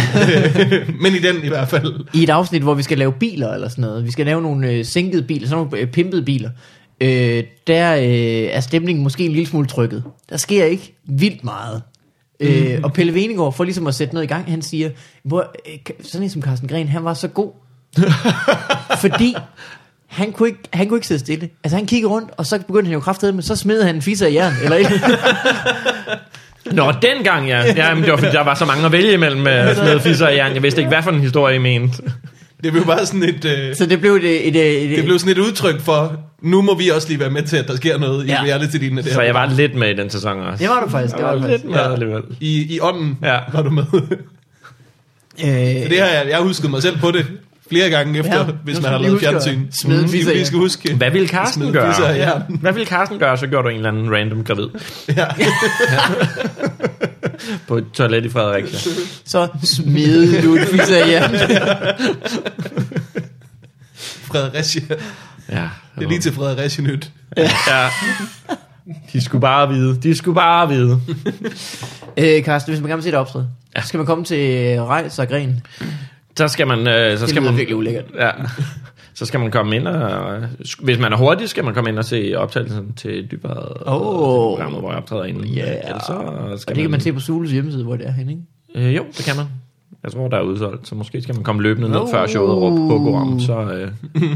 Men i den i hvert fald.
i et afsnit, hvor vi skal lave biler eller sådan noget. Vi skal lave nogle øh, sænkede biler, sådan nogle øh, pimpede biler. Øh, der øh, er stemningen måske en lille smule trykket. Der sker ikke vildt meget. Øh, og Pelle Venegård, for ligesom at sætte noget i gang, han siger, hvor, øh, Ka- sådan en som Carsten Gren, han var så god. fordi han kunne, ikke, han kunne ikke sidde stille. Altså han kiggede rundt, og så begyndte han jo kraftedeme, men så smed han en fisser i jern. Eller et,
Nå, dengang, ja. ja men det var, fordi der var så mange at vælge imellem med smedfisser og jern. Jeg vidste ikke, hvad for en historie I mente.
Det blev bare sådan et... Øh,
så det blev et, et, et, et,
det blev sådan et udtryk for, nu må vi også lige være med til, at der sker noget
Ja.
ja. i reality-linjen af det
Så
her.
jeg var lidt med i den sæson også.
det var du faktisk. Det var du faktisk.
lidt med alligevel.
I, I ånden ja.
Ja.
var du med.
Øh,
det har jeg, jeg har husket mig selv på det flere gange efter,
Ja,
ja, hvis
nu
man
skal
har
vi
lavet
lige huske at
fjernsyn.
smide
Mm,
fisser i
Vi skal
jern.
huske.
Hvad ville Carsten
Smid fisser af
gøre?
jern.
Hvad ville Carsten gøre? Så gjorde du en eller anden random gravid.
Ja.
På et toilet i Fredericia.
så smed du en fisser i jern.
Fredericia.
Ja.
Det er lige til Fredericia nyt.
Ja. De skulle bare vide. De skulle bare vide.
Øh, Carsten, hvis man gerne vil se dig optræde, ja. skal man komme til øh, Rejs og Gren.
Så skal man... Øh, så
Det
skal
lyder
man
virkelig ulækkert.
Ja. Så skal man komme ind og... øh, sk- Hvis man er hurtig, skal man komme ind og se optagelsen til dybere
Åh.
programmet, hvor jeg optræder inden.
Ja.
Ellers så skal
Og det kan man se på Sules hjemmeside, hvor det er henne, ikke?
Øh, jo, det kan man. Jeg tror, der er udsolgt, så måske skal man komme løbende ned,
Oh.
før showet råber på Gorm, så øh,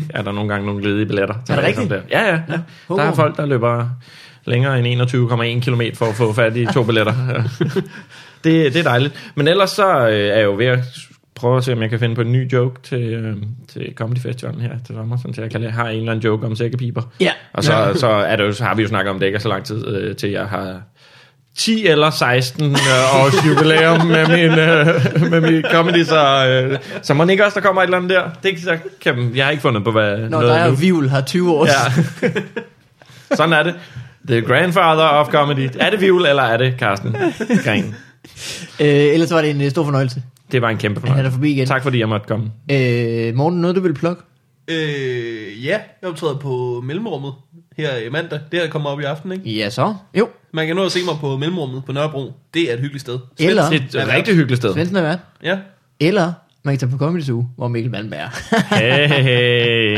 er der nogle gange nogle ledige billetter. Så
Uh. det
sådan
rigtigt? Uh.
Der. Ja, ja, ja. Der
Håber.
er folk, der løber længere end 21,1 km for at få fat i to billetter. det, det er dejligt. Men ellers så øh, er jeg jo ved at prøve at se, om jeg kan finde på en ny joke til, øh, til Comedy Festivalen her til sommer, sådan, så jeg kan la- har en eller anden joke om sækkepiber.
Ja.
Og så, så, er det jo, så har vi jo snakket om det ikke er så lang tid, øh, til jeg har 10 eller 16 øh, års jubilæum med min, øh, med min comedy, så, øh, så må den ikke også, der kommer et eller andet der. Det, er ikke- så kan, jeg har ikke fundet på, hvad
Når der er
nu.
Vivl har 20 år. Ja.
Ja. Sådan er det. The grandfather of comedy. Er det Vivl, eller er det Carsten Gren?
Øh, ellers var det en øh, stor fornøjelse.
Det var en kæmpe
Han er der
fornøjelse.
forbi igen.
Tak fordi jeg måtte komme.
Øh, Morten, noget du vil plukke?
Øh, ja, jeg optræder på Mellemrummet her i mandag. Det her kommer op i aften, ikke?
Ja, så. Jo,
Man kan nå at se mig på Mellemrummet på Nørrebro. Det er et hyggeligt sted.
eller
Et rigtig hyggeligt sted.
Svendsen er vært.
Ja.
Eller Man kan tage på Comedy Zoo, hvor Mikkel Malmberg er.
Hey, hey,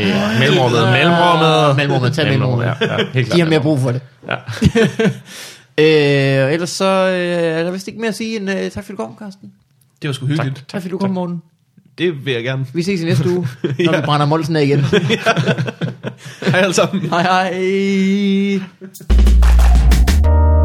hey. Mellemrummet, mellemrummet.
Mellemrummet, Ah, tag mellemrummet.
Ja, ja, helt klart.
De har mere brug for det.
Ja.
øh, og ellers så øh, er der vist ikke mere at sige end øh, tak fordi du kom, Carsten.
Det var sgu hyggeligt. Tak.
Tak fordi du kom, Morten.
Det vil jeg gerne.
Vi ses i næste uge, når
Ja.
vi brænder Molsen af igen.
Hej alle sammen.
hej hej.